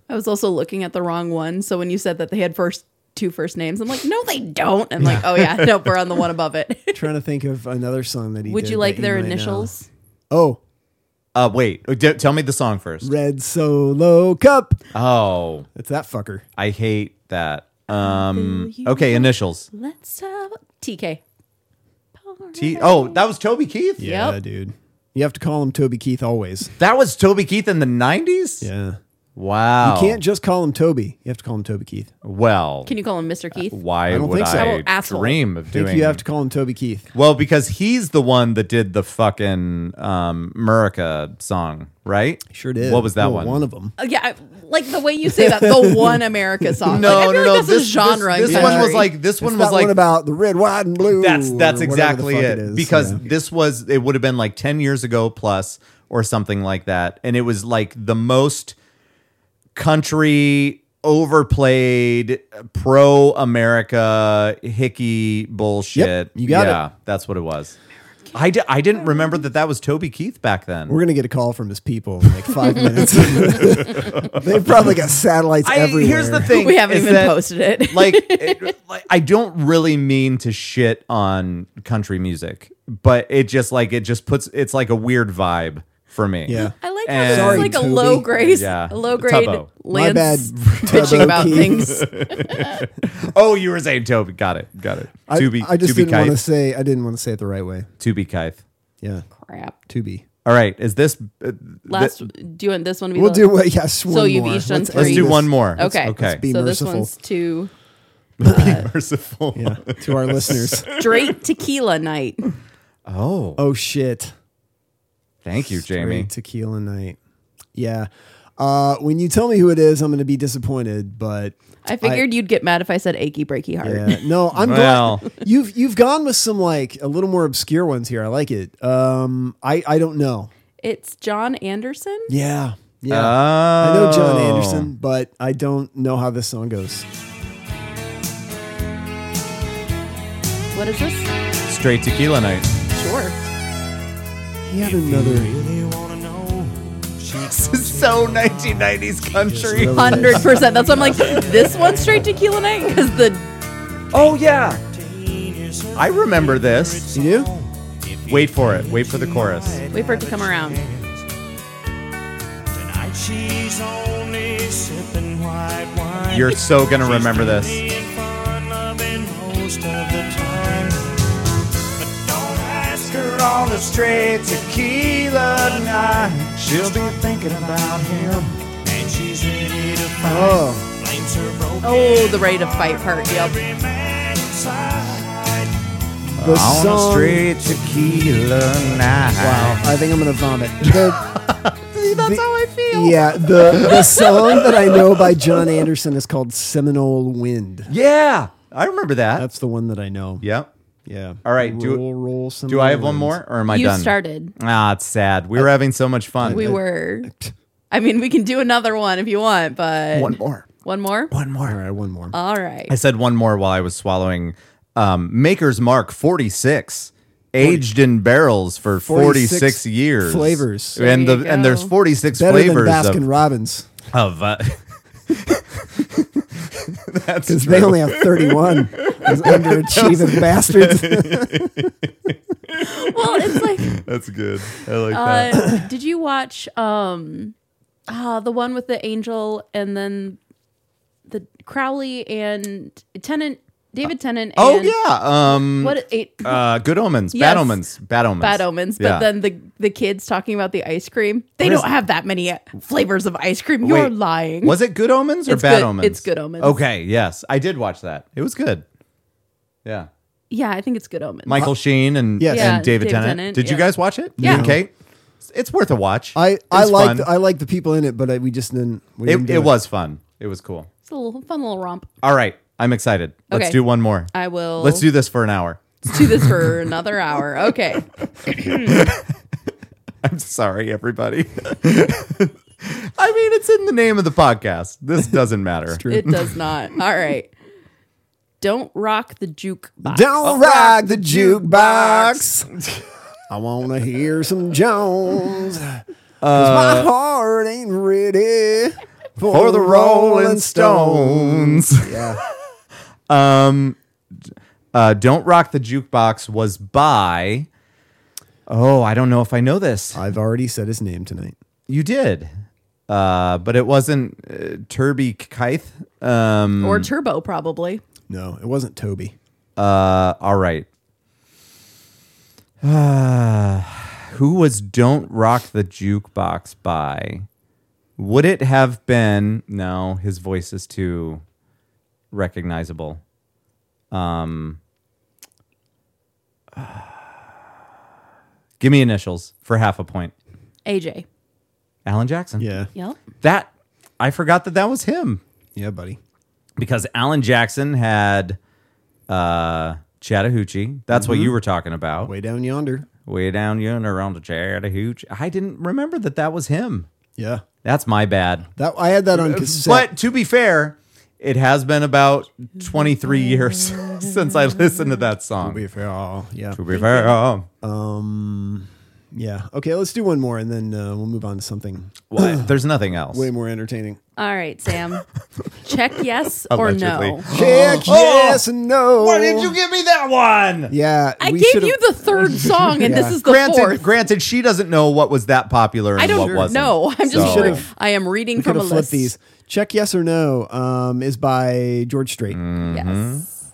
I was also looking at the wrong one. So when you said that they had first two first names, I'm like, no, they don't. I'm like, oh yeah, nope, we're on the one above it. trying to think of another song that he. Would did you like that their might know. initials? Oh, Uh, wait. D- tell me the song first. Red Solo Cup. Oh, It's that fucker. I hate that. Um, okay, initials. Let's have TK. T. Oh, that was Toby Keith. Yeah, dude. You have to call him Toby Keith always. That was Toby Keith in the '90s. Yeah. Wow. You Oh. can't just call him Toby. You have to call him Toby Keith. Well, Can you call him Mr. Keith? why I don't would think so. I Oh, asshole. dream of I doing? think you have to call him Toby Keith. Well, because he's the one that did the fucking um, Murica song, right? Sure did. What was that Well, one? One of them. Uh, yeah, I, like the way you say that, the one America song. No, like, I feel no, like no. That's This- a genre. in this- this one country. was like this one It's was that like one about the red, white, and blue. That's that's or whatever the exactly fuck it. is. Because Yeah. this was it would have been like 10 years ago plus or something like that. And it was like the most country overplayed pro America hickey bullshit. you got yeah, that's what it was. I d- I didn't remember that that was Toby Keith back then. we're gonna get a call from his people in like five minutes. They've probably got satellites I, everywhere. here's the thing. we haven't is even that- posted it. like, it, like I don't really mean to shit on country music, but it just like it just puts it's like a weird vibe for me. Yeah. I like how And- this Sorry, is like a Toby. low grade, Yeah. a low grade Tubbo. My bad, Lance Tubbo bitching about Keith. things. Oh, you were saying Toby. Got it. Got it. I, Tubi. I just Tubi didn't want to Kith. say. I didn't want to say it the right way. Tubi Kith. Yeah, Crap. to be. All right. Is this? Uh, th- Last, do you want this one to be We'll the- do what? Yes, one So you've more. each done Let's let's end three. do this. one more. Okay. Okay. be so merciful. this one's to Be merciful. Yeah, to our listeners. straight tequila night. Oh, Oh shit! thank you, Jamie. Great tequila night. Yeah. Uh, when you tell me who it is, I'm going to be disappointed. But I figured you'd get mad if I said achy breaky heart. yeah, no, I'm Well. glad you've you've gone with some like a little more obscure ones here. I like it. Um, I I don't know. It's John Anderson. Yeah, yeah. Oh. I know John Anderson, but I don't know how this song goes. What is this? Oh. Straight tequila night. Sure. He had another. This is so 1990s country. Really? Hundred percent. That's why I'm like this one's straight tequila night because the Oh yeah. I remember this. You do? Wait for it. Wait for the chorus. wait for it to come around. Tonight she's only sipping white wine. You're so gonna remember this. Being fun loving most of the time. But don't ask her on a straight tequila night. She'll be thinking about him. And she's ready to fight. Oh, Blames her broken Oh, the ready to fight part. Yep. man inside. the song. tequila night. Wow, I think I'm gonna vomit. The, That's The- how I feel. yeah, the the song that I know by John Anderson is called Seminole Wind. Yeah. I remember that. That's the one that I know. yep. Yeah. All right, do- Roll, roll some. Do I have one lines. more or am I you done? started. Ah, it's sad. We were having so much fun. We were. I mean, we can do another one if you want, but one more. One more. One All more. Uh, right, one more. All right. I said one more while I was swallowing um, Maker's Mark 46. Aged in barrels for 46, 46 years. flavors. There And the you and go. there's 46 Better than flavors Baskin of, Robbins of uh, That's because they true. only have 31. Those underachieving bastards. Well, it's like. That's good. I like that. Uh, did you watch um uh the one with the angel and then the Crowley and Tennant David Tennant Oh and yeah. Um what eight uh good omens, Yes. bad omens, bad omens. bad omens but Yeah. then the the kids talking about the ice cream they What is- don't have that many flavors of ice cream Wait, you're lying Was it good omens or It's bad good- omens? it's good omens. Okay, yes. I did watch that. It was good. Yeah. yeah I think it's good omens Michael Sheen and, Yes. and Yeah, David, David Tennant. Tennant, Did you yeah. guys watch it? You Yeah. and Kate? It's- It's worth a watch. I, It I was like fun. the, I like the people in it, but I, we just didn't. We didn't it, do it was fun. It was cool. it's a little fun little romp All right. I'm excited. Let's Okay. do one more. I will Let's do this for an hour. do this for another hour okay I'm sorry, everybody. I mean, it's in the name of the podcast. This doesn't matter. it does not all right don't rock the jukebox Don't rock the jukebox. I wanna hear some Jones. 'Cause my heart ain't ready for, Uh, For the Rolling Stones. Yeah. Uh, Don't Rock the Jukebox was by. Oh, I don't know if I know this. I've already said his name tonight. You did. Uh, but it wasn't uh, Turby Keith. Um, or turbo probably No, it wasn't Toby. uh, all right. Uh, who was Don't Rock the Jukebox by? Would it have been. No, his voice is too recognizable. Um, give me initials for half a point. aj Alan Jackson. Yeah. yep That I forgot that that was him Yeah, buddy. because Alan Jackson had uh, Chattahoochee. That's what you were talking about. Mm-hmm. Way down yonder. Way down yonder on the Chattahoochee. I didn't remember that that was him. Yeah. That's my bad. That I had that on cassette. But to be fair, it has been about 23 years oh, since I listened to um, that song. But yeah. To be fair. Um Yeah. Okay, let's do one more and then uh, we'll move on to something Well, there's nothing else. way more entertaining. All right, Sam. Check yes or no. Allegedly. Oh, Check yes and no. Why did you give me that one? Yeah. I we gave should've- you the third song, and this is the Granted, fourth. granted, she doesn't know what was that popular and I don't what wasn't. know. I'm just. So- re- I am reading could from a have flipped list. these. Check yes or no um, is by George Strait, Mm. Mm-hmm. Yes.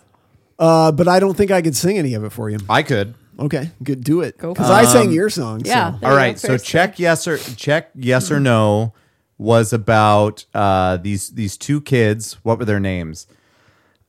uh, but I don't think I could sing any of it for you. I could. Okay, good, do it Go for because it. I sang your song. Yeah. so. There All you right. go, So Kirsten. check yes or check yes or no was about uh, these these two kids. What were their names?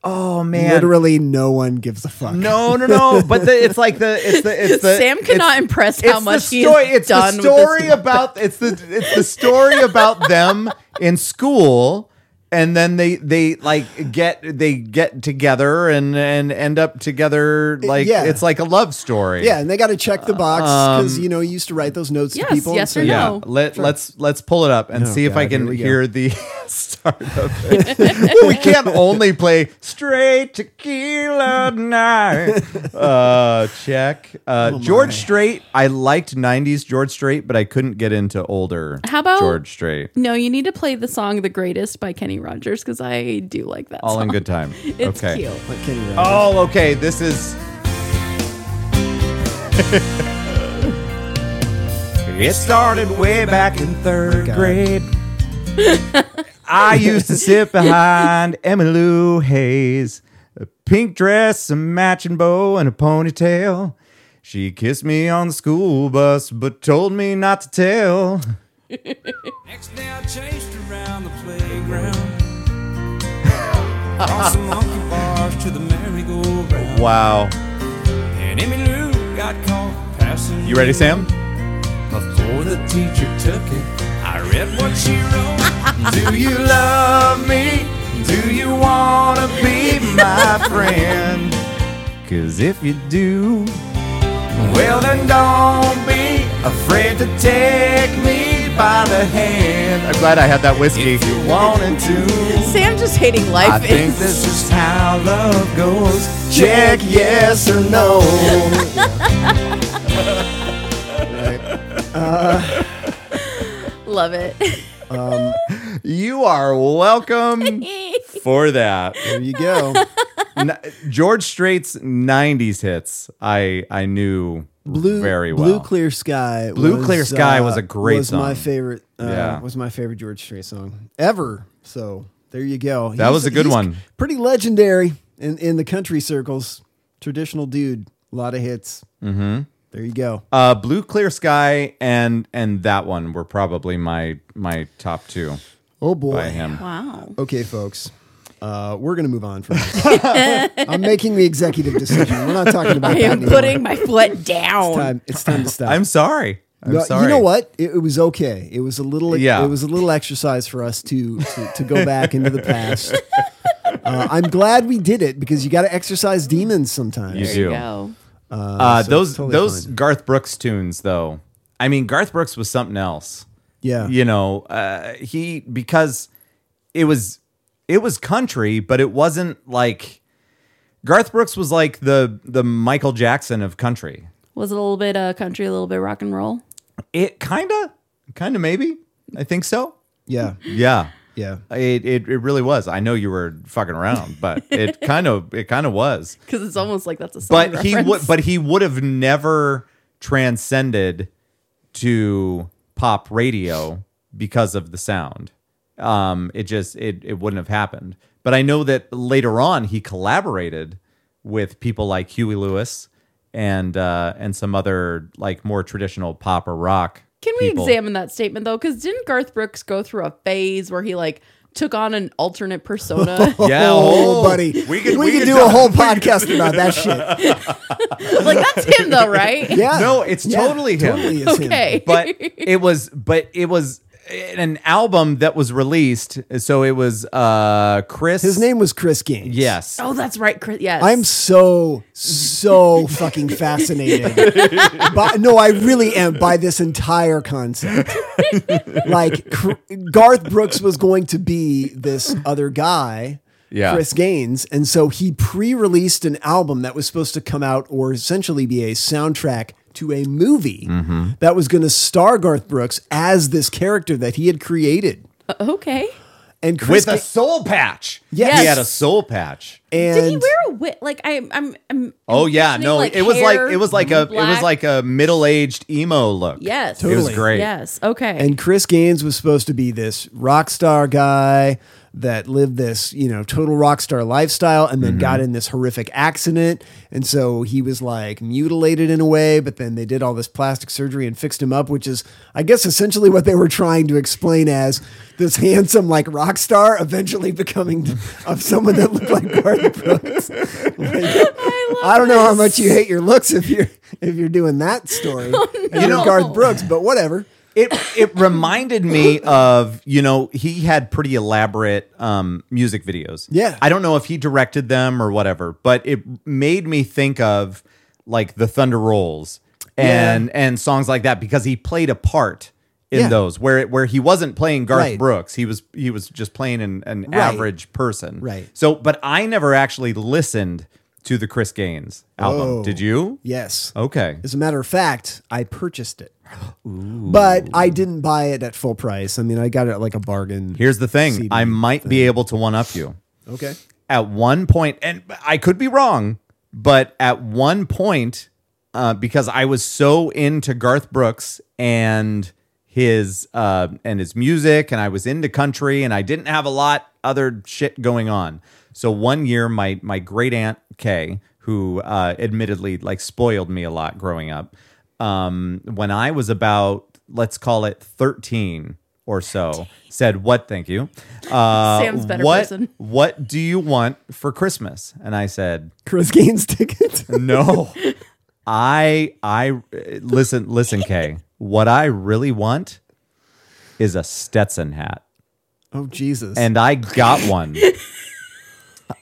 Oh man. literally no one gives a fuck. No, no, no. But the, it's like the it's the it's the Sam cannot impress it's how much the he story. is It's done the with story this. about it's the it's the story about them in school, and then they they like get they get together and and end up together like yeah. it's like a love story. Yeah, and they got to check the box because you know you used to write those notes Um, Yes, to people. and yes or say- no. Yeah, let let's let's pull it up and see if God, I can here we go. hear the start of it. we can't only play straight tequila night. Uh, check Oh, uh, George Strait. I liked '90s George Strait, but I couldn't get into older. How about- George Strait? No, you need to play the song "The Greatest" by Kenny Rogers because I do like that. All song. in good time. It's okay. cute. Like Kenny Rogers. Oh, okay. This is. It started way back in third God. grade. I used to sit behind Emily Lou Hayes, a pink dress, a matching bow, and a ponytail. She kissed me on the school bus, but told me not to tell. Next day I chased around the playground. Crossed the monkey bars to the merry-go-round. Wow. And Emmy Lou got caught passing. You ready, Sam? Before the teacher took it, I read what she wrote. Do you love me? Do you wanna be my friend? Cause if you do, Well then don't be afraid to take me by the hand. I'm glad I had that whiskey. If you wanted to. Sam just hating I life think is this is how love goes. Check yes or no. love it. You are welcome for that. there you go. N- George Strait's 90s hits, I I knew Blue, very well. Blue Clear Sky. Blue was, Clear Sky uh, was a great was song. my favorite. Uh, Yeah. was my favorite George Strait song ever. So there you go. That was a good he's one. Pretty legendary in in the country circles. Traditional dude, a lot of hits. Mm-hmm. There you go. Uh, Blue Clear Sky and and that one were probably my my top two Oh boy. by him. Wow. Okay, folks. Uh, we're gonna move on from this. I'm making the executive decision. We're not talking about I that am anymore. putting my foot down. time. It's time to stop. I'm sorry. I'm No, sorry. You know what? It, it was okay. It was a little. Yeah. It was a little exercise for us to to, to go back into the past. Uh, I'm glad we did it because you got to exercise demons sometimes. You There do. you go. Uh, so those it's totally those fine. Garth Brooks tunes though. I mean, Garth Brooks was something else. Yeah. You know, uh, he because it was it was country, but it wasn't like Garth Brooks was like the the Michael Jackson of country. Was it a little bit uh, country, a little bit rock and roll? It kinda, kinda maybe. I think so. Yeah. Yeah. Yeah. It, it it really was. I know you were fucking around, but it kind of it kind of was. Because it's almost like that's a song But he reference. would but he would have never transcended to pop radio because of the sound. Um, it just it it wouldn't have happened. But I know that later on he collaborated with people like Huey Lewis and uh, and some other like more traditional pop or rock. Can we people. examine that statement though? Because didn't Garth Brooks go through a phase where he like took on an alternate persona? Yeah, Oh, oh, buddy, we could- we could do a whole podcast about that shit. like that's him though, right? Yeah. No, it's Yeah, totally him. Totally is him. Okay. but it was but it was an album that was released so it was uh chris His name was Chris Gaines. yes oh, that's right, Chris. Yes. I'm so so fucking fascinated. by, no, I really am by this entire concept. like Cr- Garth Brooks was going to be this other guy, Yeah. Chris Gaines, and so he pre-released an album that was supposed to come out or essentially be a soundtrack to a movie Mm-hmm. that was going to star Garth Brooks as this character that he had created. Okay. And Chris with a Ca- soul patch. Yes. he had a soul patch. and Did he wear a wig? Like I, I'm, I'm. Oh yeah, imagining, no, it was like hair, it was like a it was black. like a middle aged emo look. yes, it was Totally. great. Yes. Okay. And Chris Gaines was supposed to be this rock star guy that lived this, you know, total rock star lifestyle and then got in this horrific accident. And so he was like mutilated in a way, but then they did all this plastic surgery and fixed him up, which is, I guess, essentially what they were trying to explain as this handsome, like rock star eventually becoming of someone that looked like Garth Brooks. Like, I, love I don't know how this. much you hate your looks if you're if you're doing that story. and You you know- know, Garth Brooks, but whatever. It it reminded me of you know he had pretty elaborate um, music videos. Yeah. I don't know if he directed them or whatever, but it made me think of like the Thunder Rolls and and songs like that because he played a part in Yeah. those where it, where he wasn't playing Garth Right. Brooks. He was he was just playing an, an Right. average person. Right. So, but I never actually listened to the Chris Gaines album. Whoa. Did you? Yes. Okay. As a matter of fact, I purchased it. But I didn't buy it at full price. I mean, I got it at like a bargain. Here's the thing. CD I might be able to one up you. Okay. at one point, and I could be wrong, but at one point, uh, because I was so into Garth Brooks and his uh, and his music, and I was into country, and I didn't have a lot other shit going on. So one year, my my great aunt Kay, who uh, admittedly like spoiled me a lot growing up, um, when I was about let's call it thirteen or so, said what? Thank you. Uh, Sam's better what, person. What do you want for Christmas? And I said, Chris Gaines ticket. No. I I listen, listen, Kay. What I really want is a Stetson hat. oh Jesus. And I got one.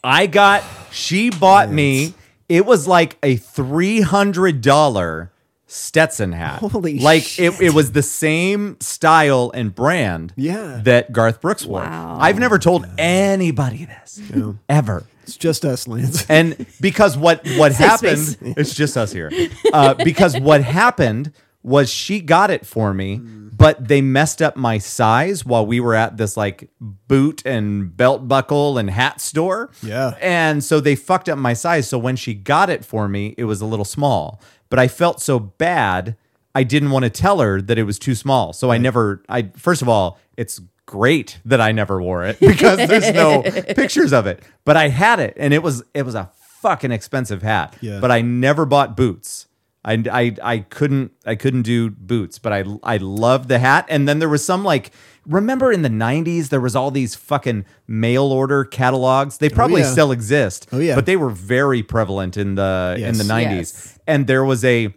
I got she bought me it was like a three hundred dollar Stetson hat. Holy like shit. it it was the same style and brand Yeah. that Garth Brooks wore. Wow. I've never told anybody this ever. it's just us, Lance. And because what what happened, space. it's just us here. Uh, because what happened was she got it for me, but they messed up my size while we were at this like boot and belt buckle and hat store. Yeah. And so they fucked up my size. So when she got it for me, it was a little small. But I felt so bad. I didn't want to tell her that it was too small. So I never, I, first of all, it's great that I never wore it because there's no pictures of it. But I had it and it was, it was a fucking expensive hat. Yeah. But I never bought boots. I, I, I couldn't I couldn't do boots, but I I loved the hat. And then there was some like remember in the '90s there was all these fucking mail order catalogs. They probably Oh, yeah. still exist. Oh, yeah. but they were very prevalent in the in Yes. the '90s. Yes. And there was a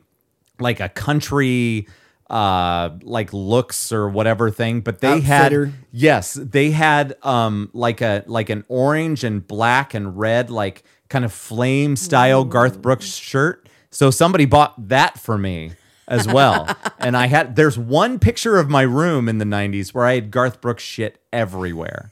like a country uh like looks or whatever thing, but they Outfitter. had yes they had um like a like an orange and black and red like kind of flame style garth brooks shirt so somebody bought that for me as well and i had there's one picture of my room in the 90s where i had garth brooks shit everywhere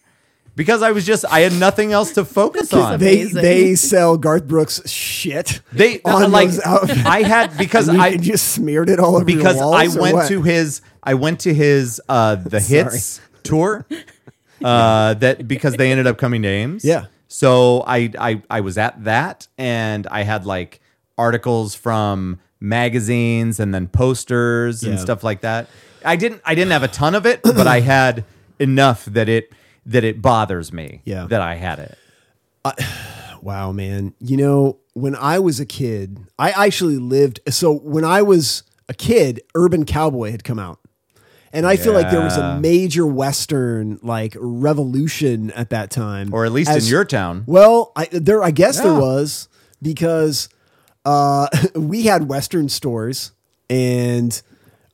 because i was just i had nothing else to focus on they amazing. they sell Garth Brooks shit. they on like those outfits. i had because And you i just smeared it all over your because I walls, or went what? to his I went to his uh the hits tour uh that because they ended up coming to Ames. Yeah. So I I I was at that and I had like articles from magazines and then posters and Yeah. stuff like that. I didn't I didn't have a ton of it, but I had enough that it that it bothers me Yeah. that I had it. Wow, man. You know, when I was a kid, I actually lived. So when I was a kid, Urban Cowboy had come out. And I feel like there was Yeah. a major Western like revolution at that time. Or at least As- in your town. Well, I, there, I guess Mm-hmm. Yeah. there was because uh, we had Western stores and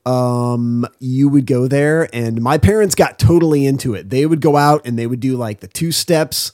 um, you would go there and my parents got totally into it. They would go out and they would do like the two steps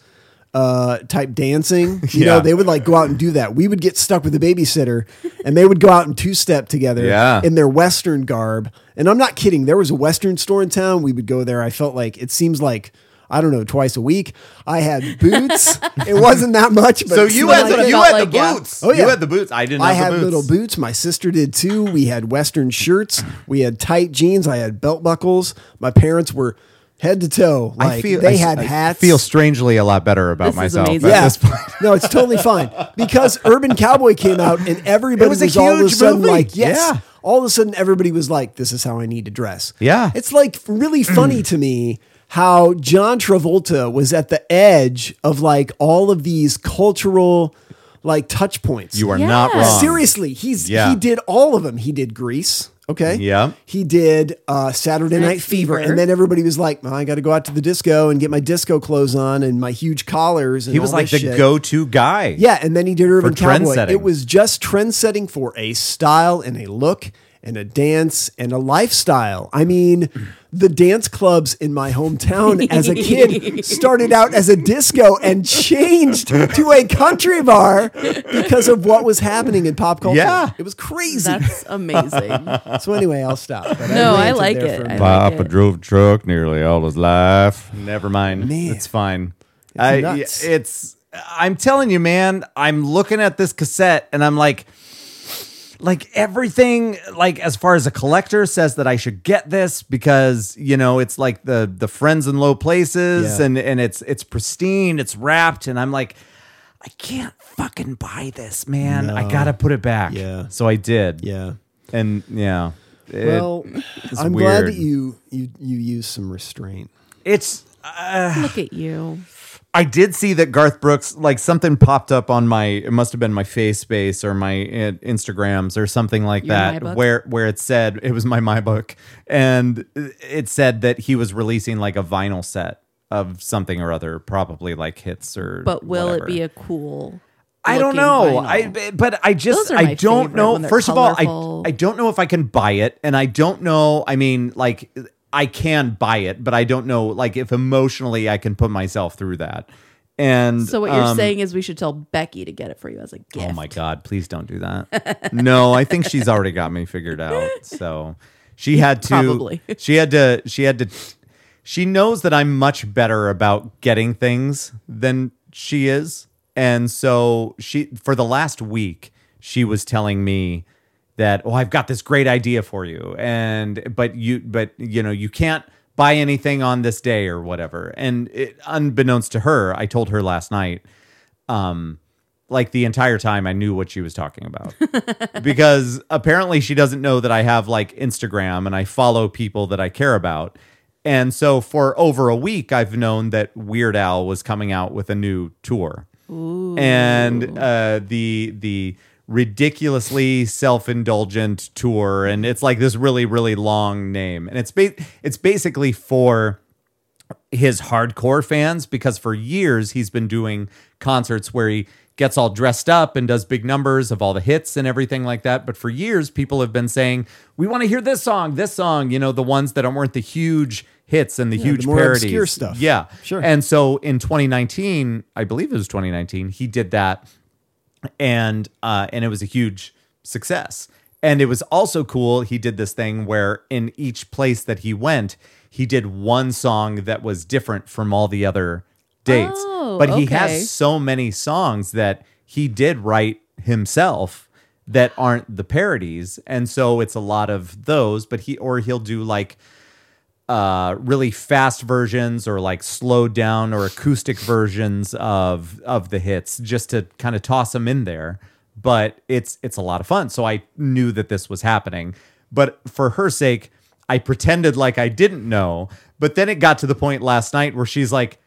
uh, type dancing. Yeah. You know, they would like go out and do that. We would get stuck with the babysitter and they would go out and two step together Yeah. in their Western garb. And I'm not kidding. There was a Western store in town. We would go there. I felt like it seems like I don't know, twice a week. I had boots. it wasn't that much, but So it you smelled had like the, it. you Felt had like, the yeah. boots. Oh, yeah. You had the boots. I didn't. I have had the boots. little boots. My sister did too. We had Western shirts. We had tight jeans. I had belt buckles. My parents were head to toe. Like they I- had I hats. Feel strangely a lot better about This is myself. amazing. at yeah. this point. no, it's totally fine because Urban Cowboy came out and everybody It was was, a all of a huge sudden movie. like, yes. Yeah. All of a sudden, everybody was like, this is how I need to dress. Yeah. Mm. It's like really funny to me how John Travolta was at the edge of like all of these cultural like touch points. You are Yeah. not wrong. Seriously, he's Yeah. he did all of them. He did Grease. Okay. Yeah. He did uh, Saturday Night Night, Fever. Fever. and then everybody was like, "Oh, "I got to go out to the disco and get my disco clothes on and my huge collars." And He was all like the this shit. go-to guy. Yeah, and then he did Urban trend Cowboy. setting. It was just trend setting for a style and a look and a dance and a lifestyle. I mean, the dance clubs in my hometown as a kid started out as a disco and changed to a country bar because of what was happening in pop culture. Yeah. It was crazy. That's amazing. so anyway, I'll stop. But No, I ranted like there it. for a I minute. like- Papa drove truck nearly all his life. Never mind. Man. It's fine. I- nuts. it's I'm telling you, man, I'm looking at this cassette and I'm like like everything like as far as a collector says that I should get this because you know it's like the the friends in low places Yeah. and and it's it's pristine, it's wrapped and I'm like I can't fucking buy this, man. I got to put it back. Yeah. So I did. yeah. And yeah. It- Well, I'm glad weird. that you you you used some restraint. it's Look at you. I did see that Garth Brooks, like something popped up on my, it must have been my MySpace or my uh, Instagrams or something like Your that, MyBook? where where it said it was my my book, and it said that he was releasing like a vinyl set of something or other, probably like hits or. But will whatever. it be a cool? I don't looking know. vinyl? I but I just Those are I my don't favorite know. when they're First of all, colorful. I I don't know if I can buy it, and I don't know. I mean, like I can buy it, but I don't know like if emotionally I can put myself through that. And So what you're um, saying is we should tell Becky to get it for you as a gift. Oh my God, please don't do that. no, I think she's already got me figured out. So she had to Probably. she had to she had to she knows that I'm much better about getting things than she is. And so she for the last week, she was telling me that, oh, I've got this great idea for you. And but you but you know, you can't buy anything on this day or whatever. And it, unbeknownst to her, I told her last night, um like the entire time I knew what she was talking about. because apparently she doesn't know that I have like Instagram and I follow people that I care about. And so for over a week I've known that Weird Al was coming out with a new tour. And uh the the ridiculously self-indulgent tour and it's like this really really long name and it's ba- it's basically for his hardcore fans because for years he's been doing concerts where he gets all dressed up and does big numbers of all the hits and everything like that. But for years, people have been saying, We want to hear this song, this song, you know, the ones that weren't the huge hits and the huge more parodies. obscure stuff. Yeah. Sure. And so in 2019, I believe it was 2019, he did that and uh, and it was a huge success. And it was also cool. He did this thing where in each place that he went, he did one song that was different from all the other dates. Oh, but he okay. has so many songs that he did write himself that aren't the parodies, and so it's a lot of those. But he or he'll do like uh, really fast versions or like slowed down or acoustic versions of of the hits just to kind of toss them in there but it's it's a lot of fun so i knew that this was happening but for her sake i pretended like i didn't know but then it got to the point last night where she's like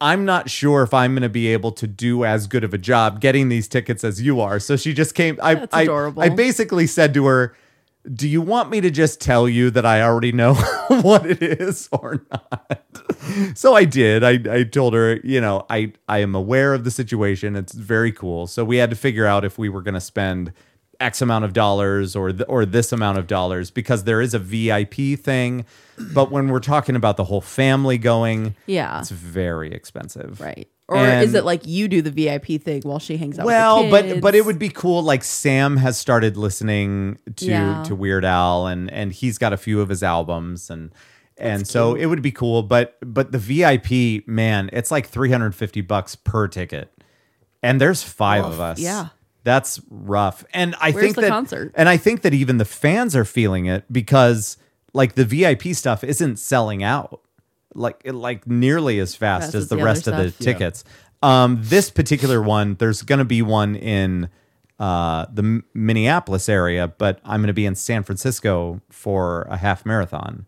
I'm not sure if I'm going to be able to do as good of a job getting these tickets as you are. So she just came. I, That's I, adorable. I basically said to her, Do you want me to just tell you that I already know what it is or not? So I did. I, I told her, you know, I, I am aware of the situation. It's very cool. So we had to figure out if we were going to spend X amount of dollars or th- or this amount of dollars because there is a VIP thing. But when we're talking about the whole family going, Yeah. it's very expensive. Right. Or And- is it like you do the VIP thing while she hangs out? well, with the but but it kids? would be cool. Like Sam has started listening to Yeah. to Weird Al, and and he's got a few of his albums, and and so it would be cool, but but the VIP man, it's like 350 bucks per ticket. And there's 5 Oof, of us. yeah. That's rough. And I Where's think the that concert? and I think that even the fans are feeling it because like the VIP stuff isn't selling out like like nearly as fast Fast as as the the other rest of the stuff. Yeah. tickets. Um, this particular one, there's going to be one in uh, the M- Minneapolis area, but I'm going to be in San Francisco for a half marathon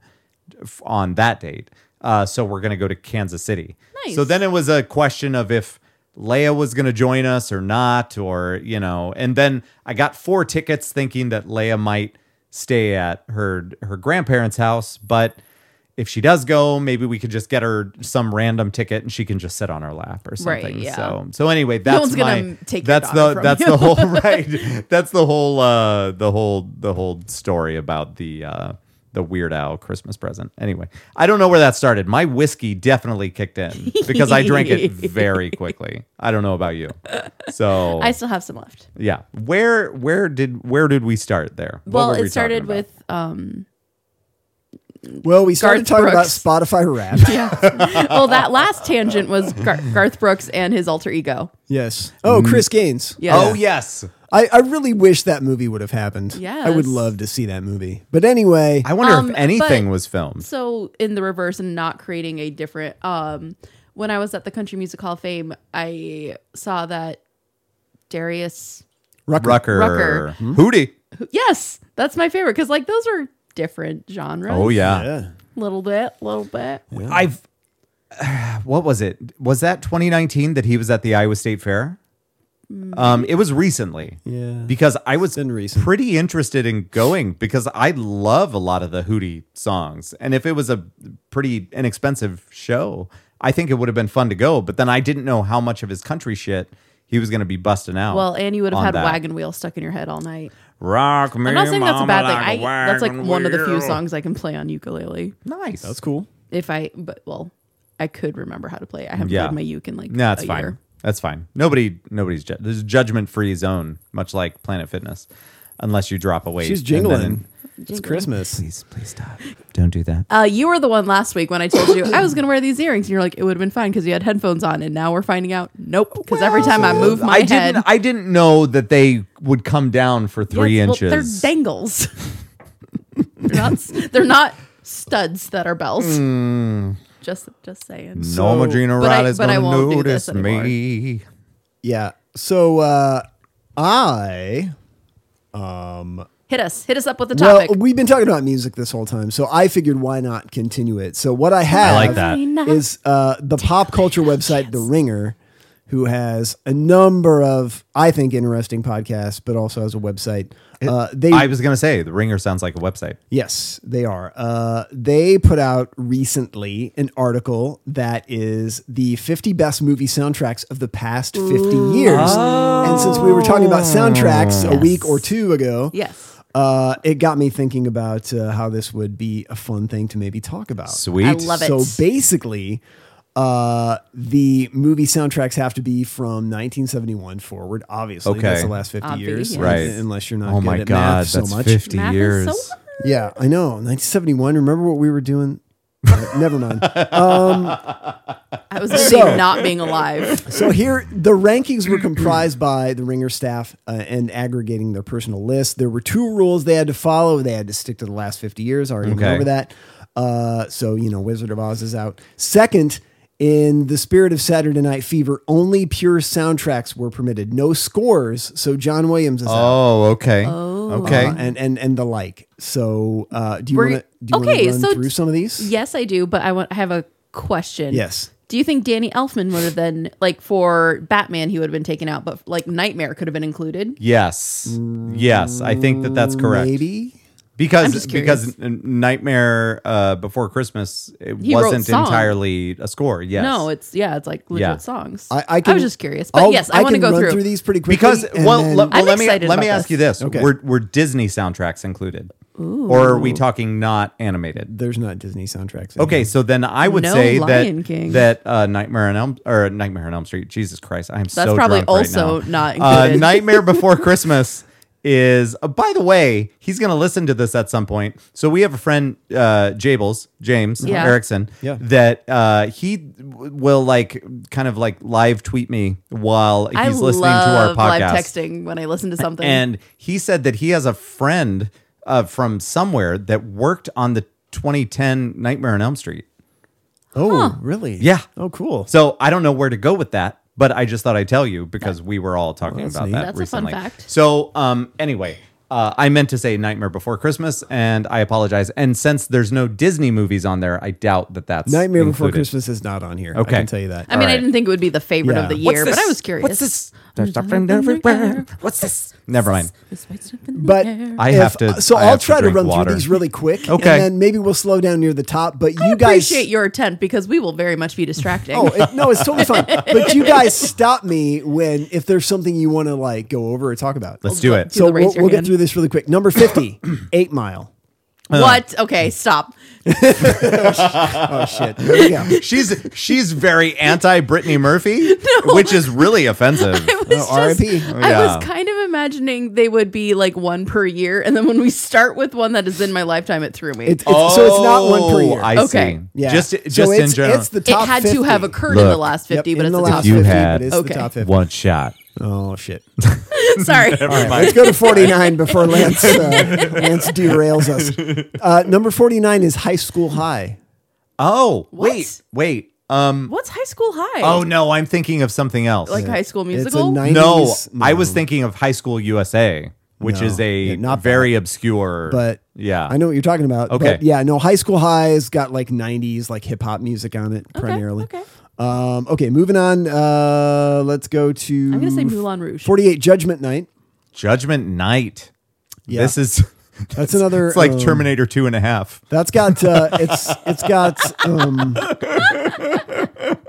f- on that date. Uh, so we're going to go to Kansas City. Nice. So then it was a question of if Leia was going to join us or not, or, you know, and then I got four tickets thinking that Leia might stay at her her grandparents' house, but if she does go, maybe we could just get her some random ticket and she can just sit on her lap or Right, something. yeah. So so anyway, that's one's my gonna take your that's the daughter from that's you. the whole right. That's the whole uh the whole the whole story about the uh the Weird Al Christmas present. Anyway, I don't know where that started. My whiskey definitely kicked in because I drank it very quickly. I don't know about you. So I still have some left. yeah, where where did where did we start there? What Well, were we it talking started about? with um, Well, we started Garth talking Brooks. about Spotify rap. well, that last tangent was Gar- Garth Brooks and his alter ego. yes. Oh, Mm. Chris Gaines. Yeah. oh yes. I, I really wish that movie would have happened. I would Yes. love to see that movie. But anyway, I wonder Um, if anything but- was filmed. So in the reverse and not creating a different. Um, when I was at the Country Music Hall of Fame, I saw that Darius. Rucker. Rucker, Rucker. Hmm? Hootie. Yes, that's my favorite because like those are different genres. Oh yeah. Yeah. little bit, little bit. I've what was it? Was that 2019 that he was at the Iowa State Fair? Mm. Um, it was recently. Yeah. Because I was been recent. pretty interested in going because I love a lot of the Hootie songs. And if it was a pretty inexpensive show, I think it would have been fun to go. But then I didn't know how much of his country shit he was going to be busting out. Well, and you would have on had that. wagon wheel stuck in your head all night. Rock me. I'm not saying that's mama, a bad thing. a I that's like wagon one of the few wheel. songs I can play on ukulele. Nice. That's cool. If I, but well, I could remember how to play. it. I haven't Yeah. played my uke in like No, that's a fine. year. That's fine. Nobody, nobody's ju- there's a judgment free zone, much like Planet Fitness, unless you drop a weight. She's and jingling. then- It's Christmas. please, please stop. Don't do that. Uh, you were the one last week when I told you I was going to wear these earrings, and you're like, it would have been fine because you had headphones on, and now we're finding out, nope, because every time I move my I head, didn't. I didn't know that they would come down for three Yes, well, inches. they're dangles. they're not. s- They're not studs that are bells. Just, just saying. no, Magina But I- Rod is but I going to won't do this notice me. Yeah. So uh, I Hit us. Hit us up with the well, topic. we've been talking about music this whole time, so I figured why not continue it. So what I have like that. Why not? is uh, the pop culture website The Ringer, who has a number of I think interesting podcasts, but also has a website. Uh, they I was going to say the ringer sounds like a website. Yes, they are. Uh, they put out recently an article that is the 50 best movie soundtracks of the past 50 years. And since we were talking about soundtracks a week or two ago, yes, uh, it got me thinking about uh, how this would be a fun thing to maybe talk about. Sweet. I love it. So basically, uh, the movie soundtracks have to be from 1971 forward. Obviously, Okay. that's the last 50 Obvi- years, yes. Right. Unless you're not Oh good my at God, math so that's much. fifty Math is years. so hard. Yeah, I know. 1971. Remember what we were doing? Uh, Never mind. I was busy So- not being alive. So here, the rankings were comprised by the Ringer staff uh, and aggregating their personal list. There were two rules they had to follow. They had to stick to the last 50 years. I already went Okay. over that. Uh, so, you know, Wizard of Oz is out. Second, in the spirit of Saturday Night Fever, only pure soundtracks were permitted. No scores. So John Williams is out. Oh, okay. Okay. Oh. Uh, and, and, and the like. So uh, do you Were- want to do you wanna okay, run so through some of these? Yes, I do, but I want. I have a question. Yes. Do you think Danny Elfman would have then, like for Batman, he would have been taken out, but like Nightmare could have been included? Yes. Yes. I think that that's correct. Maybe. because just curious. because N- Nightmare uh, Before Christmas it He wrote wasn't songs. entirely a score. Yes, No, it's yeah, it's like legit Yeah. songs. I, I, can, was just curious, but I'll- yes, I, want to can go run through. these pretty quickly. because and well, then- le- well, let me excited let me about ask you this. this: Okay. were were Disney soundtracks included, or are we talking not animated? there's not Disney soundtracks. in Okay, so then I would No say Lion that King. that uh, Nightmare on Elm or Nightmare on Elm Street. Jesus Christ, I am That's so probably drunk right also now. not Uh, included. Nightmare Before Christmas is, uh, by the way, he's going to listen to this at some point. So we have a friend, uh, Jables, James Yeah. Erickson, Yeah. that uh, he w- will like kind of like live tweet me while he's I listening love to our podcast. live texting when I listen to something. And he said that he has a friend uh, from somewhere that worked on the 2010 Nightmare on Elm Street. Oh, really? Yeah. Oh, cool. So I don't know where to go with that, but I just thought I'd tell you because we were all talking that's about neat. that That's a fun recently. fact. So um, anyway, uh, I meant to say Nightmare Before Christmas, and I apologize. And since there's no Disney movies on there, I doubt that that's Nightmare Before included. Christmas is not on here. Okay. I can tell you that. I mean, Alright. I didn't think it would be the favorite Yeah. of the What's year, but I was curious. What's this? There's something everywhere. What's this? Never mind. This white's up in the but air. I if- have to- So I will have to try to drink run water. through these really quick. Okay. And then maybe we'll slow down near the top. But you I guys appreciate your attempt because we will very much be distracting. Oh it, no, it's totally fine. But you guys stop me when if there's something you want to like go over or talk about. Let's do it. Do so the raise we'll, your we'll get hand. through this really quick. Number 50, 8 Mile. Uh, what? Okay, stop. Oh shit. There we go. She's she's very anti Brittany Murphy, which is really offensive. I was Oh, just- RIP. I Yeah. was kind of imagining they would be like one per year, and then when we start with one that is in my lifetime, it threw me. It's, It, it's, so it's not one per Oh, year. I Okay. see. yeah. Just So just in it's- general. It's the top had 50. to have occurred in the Look. last Yep, fifty, in but it's the the last top. You 50, had- but it's Okay. the top 50. one shot. Oh shit. Sorry, All right, let's go to 49 before Lance uh, Lance derails us. Uh, number 49 is High School High. Oh, What? wait, wait. Um what's high school high? oh no, I'm thinking of something else. like High School Musical. It's a 90s, no, I was thinking of High School USA, which No, is a yeah, not very obscure but yeah. I know what you're talking about. Okay. but yeah, no, High School High's got like 90s like hip hop music on it primarily. okay. Um, okay, moving on. Uh, let's go to I'm gonna say Moulin Rouge. 48 Judgment Night. Judgment Night. Yeah. This is That's another it's like um, Terminator two and a half. That's got uh, it's it's got um,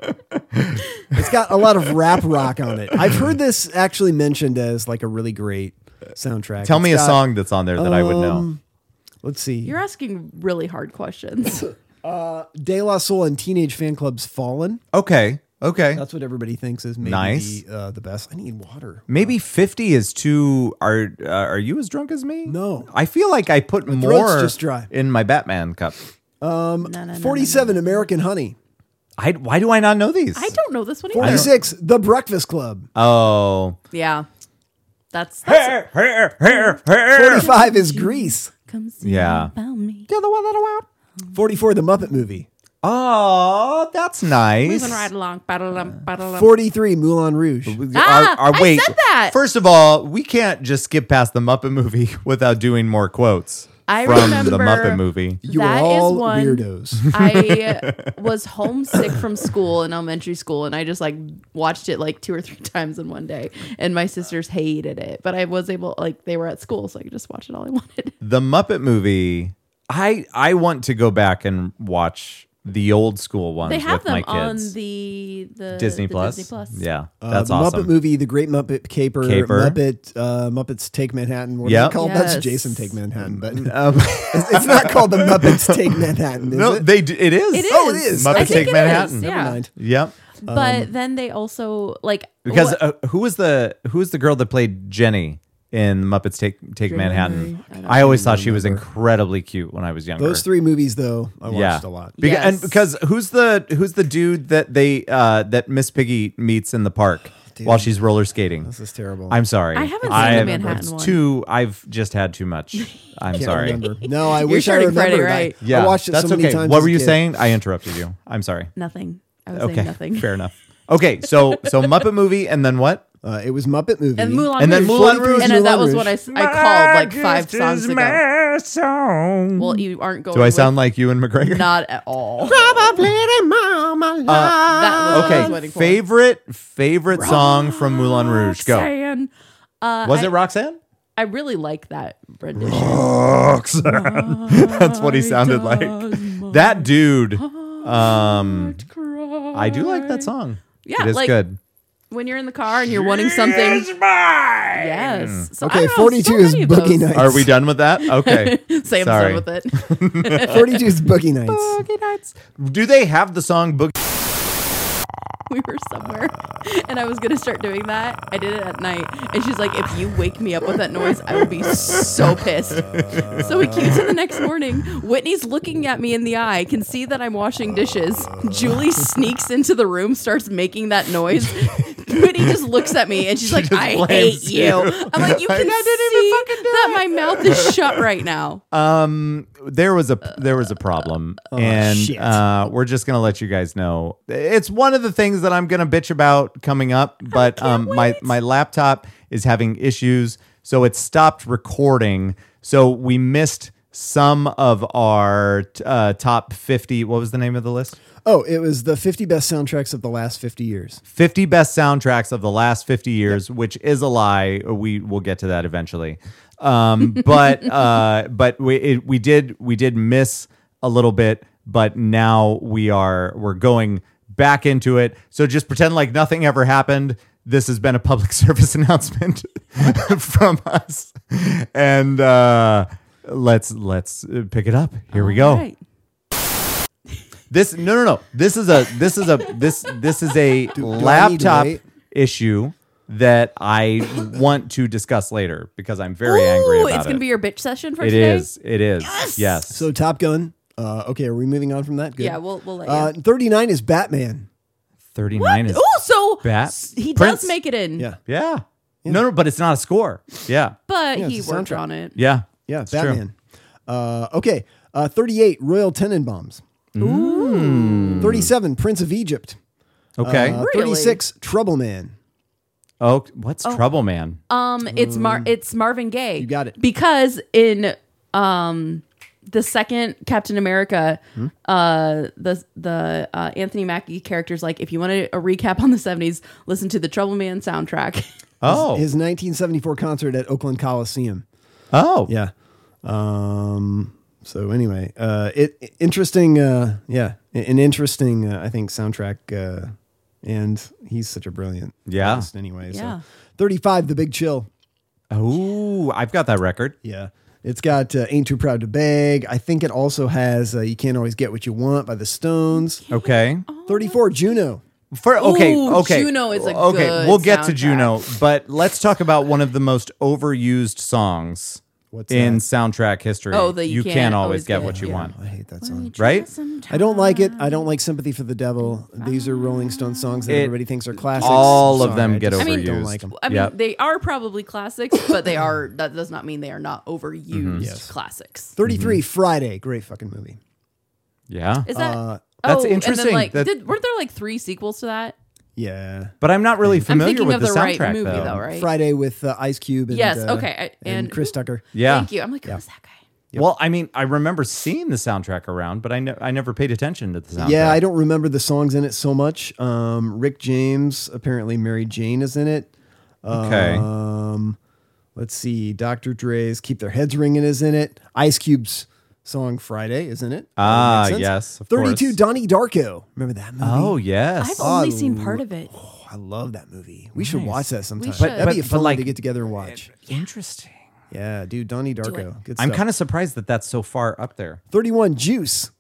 it's got a lot of rap rock on it. I've heard this actually mentioned as like a really great soundtrack. Tell me It's a got- um, song that's on there that I would know. Let's see. You're asking really hard questions. De La Soul and Teenage Fan Club's Fallen. Okay. Okay. That's what everybody thinks is maybe Nice. the, uh, the best. I need water. Maybe 50 is too are uh, are you as drunk as me? No. I feel like I put throat's more just dry. in my Batman cup. No, no, no, no, Forty-seven American Honey. I why do I not know these? no. I don't know this one either. Forty-six The Breakfast Club. Oh. Yeah, that's, that's Forty-five is Grease. Come see Yeah. about me. You're the one that I want. Forty-four The Muppet Movie. Oh, that's nice. Moving right along. Uh, Ba-da-dum, ba-da-dum. Forty-three Moulin Rouge. Ah, I said that. First of all, we can't just skip past the Muppet movie without doing more quotes I from remember the Muppet movie. You That are is all one- weirdos. I was homesick from school in elementary school, and I just like watched it like two or three times in one day. And my sisters hated it, but I was able like they were at school, so I could just watch it all I wanted. The Muppet movie. I I want to go back and watch the old school ones They have with my them kids. on the the Disney the Plus. Disney Plus. Yeah, Uh, that's the awesome. Muppet movie, The Great Muppet Caper, Caper. Muppet uh, Muppets Take Manhattan. What Yep. is it called? Yes. That's Jason Take Manhattan, but Um, it's, it's not called the Muppets Take Manhattan, is no, it? they do, it is. It is. Oh, it is. Muppet I think Take it is, Manhattan. yeah. Never mind. Yep. But then they also like Um, Because what- uh, who was the who was the girl that played Jenny in Muppets Take Take Manhattan? Murray. I don't I, always thought she was incredibly cute when I was younger. Those three movies, though, I watched a lot. Beca- And Yes. because who's the who's the dude that they uh that Miss Piggy meets in the park while she's roller skating? Oh, This is terrible. I'm sorry. I haven't seen the I've- Manhattan it's one. Too. I've just had too much. I'm Can't sorry. remember. No, I wish I starting remembered. I- Friday, right? I, watched it that's so many okay. times. What as were a you kid. saying? I interrupted you. I'm sorry. nothing. I was Okay. saying nothing. Fair enough. Okay. So so Muppet movie and then what? Uh, it was Muppet movie. And Moulin And then Rouge. Moulin Rouge. And uh, that was what I, s- I called like five Just as songs ago. my song. Well, you aren't going. Do I with sound like you and McGregor? not at all? Uh, That was what I was okay. waiting for. Favorite favorite song from Moulin Rouge. Go. Roxanne. Uh, Was I- it Roxanne? I really like that rendition. Roxanne. That's what he sounded like. That dude. Um, I do like that song. Yeah, it is like- good. When you're in the car and you're wanting something. It's mine. Yes. So, I Okay, don't know, 42 so is many of Boogie those. Nights. Are we done with that? Okay. Sam's Sorry. done with it. 42 is Boogie Nights. Do they have the song Book? we were somewhere and I was gonna start doing that. I did it at night, and she's like, "If you wake me up with that noise, I will be so pissed." So we cue to the next morning. Whitney's looking at me in the eye, can see that I'm washing dishes. Julie sneaks into the room, starts making that noise. Whitney just looks at me and she's like, just "I hate blames you. I'm like, "You can see I didn't even fucking do that my mouth is shut right now." Um, there was a there was a problem, and shit. uh, we're just gonna let you guys know. It's one of the things that I'm gonna bitch about coming up, but um, my my laptop is having issues, so it stopped recording. So we missed some of our t- uh, top 50. What was the name of the list? Oh, it was the 50 best soundtracks of the last 50 years. 50 best soundtracks of the last 50 years, which is a lie. We will get to that eventually. Um, but uh, but we it, we did we did miss a little bit, but now we are we're going back into it. So just pretend like nothing ever happened. This has been a public service announcement from us, and uh, let's let's uh, pick it up. Here we go. All right. This no no no. This is a this is a this this is a laptop wait? issue that I want to discuss later because I'm very angry Ooh, about it's it. gonna be your bitch session for it today. is. It is. Yes. So Top Gun. Uh, okay, are we moving on from that? Good. Yeah, we'll we'll let you. Uh, 39 is Batman. 39 is oh, so Bat- s- he Prince. does make it in. Yeah. Yeah. No no, but it's not a score. Yeah. but Yeah, he it's a worked soundtrack. on it. Yeah. Yeah, It's true. Batman. Uh, okay, uh, 38 Royal Tenenbaums. Ooh. 37 Prince of Egypt. Okay. Uh, Really? 36 Trouble Man. oh, what's trouble, man? Um, it's Mar, it's Marvin Gaye. You got it. Because in um the second Captain America, uh, the the uh, Anthony Mackie character's like, if you want a, a recap on the seventies, listen to the Trouble Man soundtrack. oh. His 1974 concert at Oakland Coliseum. oh. Yeah. Um, so anyway, uh, it interesting. Uh, yeah, an interesting. Uh, I think soundtrack. Uh, and he's such a brilliant. Yeah. Artist anyway, Yeah. so 35 The Big Chill. Ooh, I've got that record. Yeah. It's got uh, Ain't Too Proud to Beg. I think it also has uh, You Can't Always Get What You Want by the Stones. Okay. Oh, 34, Juno. For okay, Ooh, okay, Juno is a okay. good we'll get to soundtrack. Juno, but let's talk about one of the most overused songs What's in that? soundtrack history. Oh, the You can't, Can't always Always get, Get what you Yeah, want. I hate that song. Right? I don't like it. I don't like Sympathy for the Devil. These are Rolling Stone songs that It- everybody thinks are classics. all I'm of sorry, them I get just overused. Don't like 'em. I mean, Yep. they are probably classics, but they are. That does not mean they are not overused Yes. classics. 33, Mm-hmm. Friday. Great fucking movie. Yeah. Is that? That's oh, And interesting then, like, that- did, weren't there like three sequels to that? Yeah. But I'm not really I'm familiar thinking with of the, the, right soundtrack movie though. though, right? Friday with uh, Ice Cube and, Yes, uh, okay, I- and and- Chris Tucker. Yeah. Thank you. I'm like, who's that guy? Well, I mean, I remember seeing the soundtrack around, but I ne- I never paid attention to the soundtrack. Yeah, I don't remember the songs in it so much. Um, Rick James, apparently Mary Jane is in it. okay. Um, let's see. Dr. Dre's "Keep Their Heads Ringing" is in it. Ice Cube's song "Friday" is in it. That Ah, makes sense. yes, of Thirty-two. course. Donnie Darko. Remember that movie? oh yes. I've only seen part of it. Oh, I love that movie. We should Nice. watch that sometime. should. That'd be But- but fun like- to get together and watch. Interesting. Yeah, dude, Donnie Darko. it. Good I'm stuff. kind of surprised that that's so far up there. thirty-one. Juice.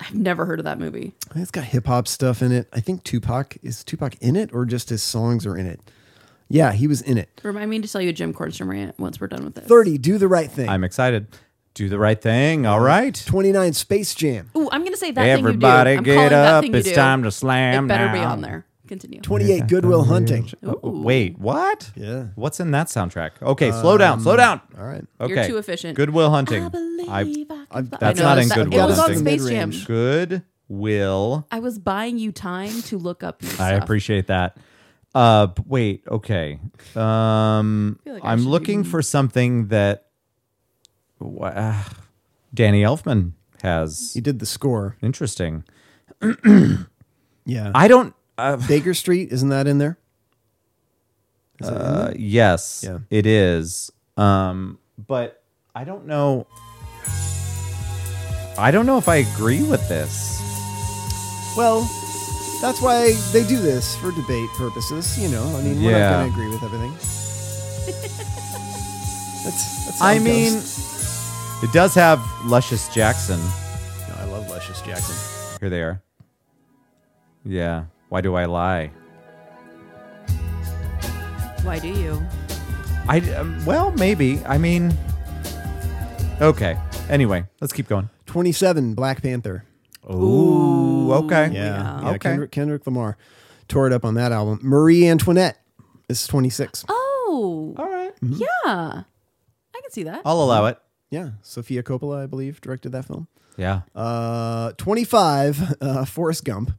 I've never heard of that movie. It's got hip hop stuff in it. I think Tupac is Tupac in it, or just his songs are in it. Yeah, he was in it. Remind me to tell you a Jim Cornstrom rant once we're done with this. Thirty. Do the right thing. I'm excited. Do the right thing. All right. Twenty-nine. Space Jam. Ooh, I'm gonna say that Everybody thing you do. get I'm calling that up. thing you It's do. time to slam It better be now. on there. Continue. 28 Goodwill Hunting. Oh, Wait, what? Yeah. What's in that soundtrack? Okay, slow down, slow down. All right. Okay. You're too efficient. Goodwill Hunting. I believe I, can I've- fly- that's I know, not in that- Goodwill It was on Hunting. Space Jam. Mid-range. Good will. I was buying you time to look up. Your stuff. I appreciate that. Uh, b- wait. Okay. Um, feel like I I'm should looking for something that Wha- uh, Danny Elfman has. He did the score. Interesting. Yeah. I don't. Uh, Baker Street, isn't that in there? uh, yes, Yeah. it is. Um, but I don't know. I don't know if I agree with this. Well, that's why they do this for debate purposes. You know, I mean, we're Yeah. not going to agree with everything. that's, that's I how it mean, goes. it does have Luscious Jackson. No, I love Luscious Jackson. Here they are. Yeah. Why do I lie? Why do you? I um, well, maybe. I mean, okay. Anyway, let's keep going. 27, Black Panther. Ooh, okay. Yeah. Yeah. yeah. Okay. Kendrick, Kendrick Lamar tore it up on that album. Marie Antoinette is 26. Oh, All right. yeah. I can see that. Um, I'll allow it. Yeah. Sophia Coppola, I believe, directed that film. Yeah. Uh, 25, uh, Forrest Gump.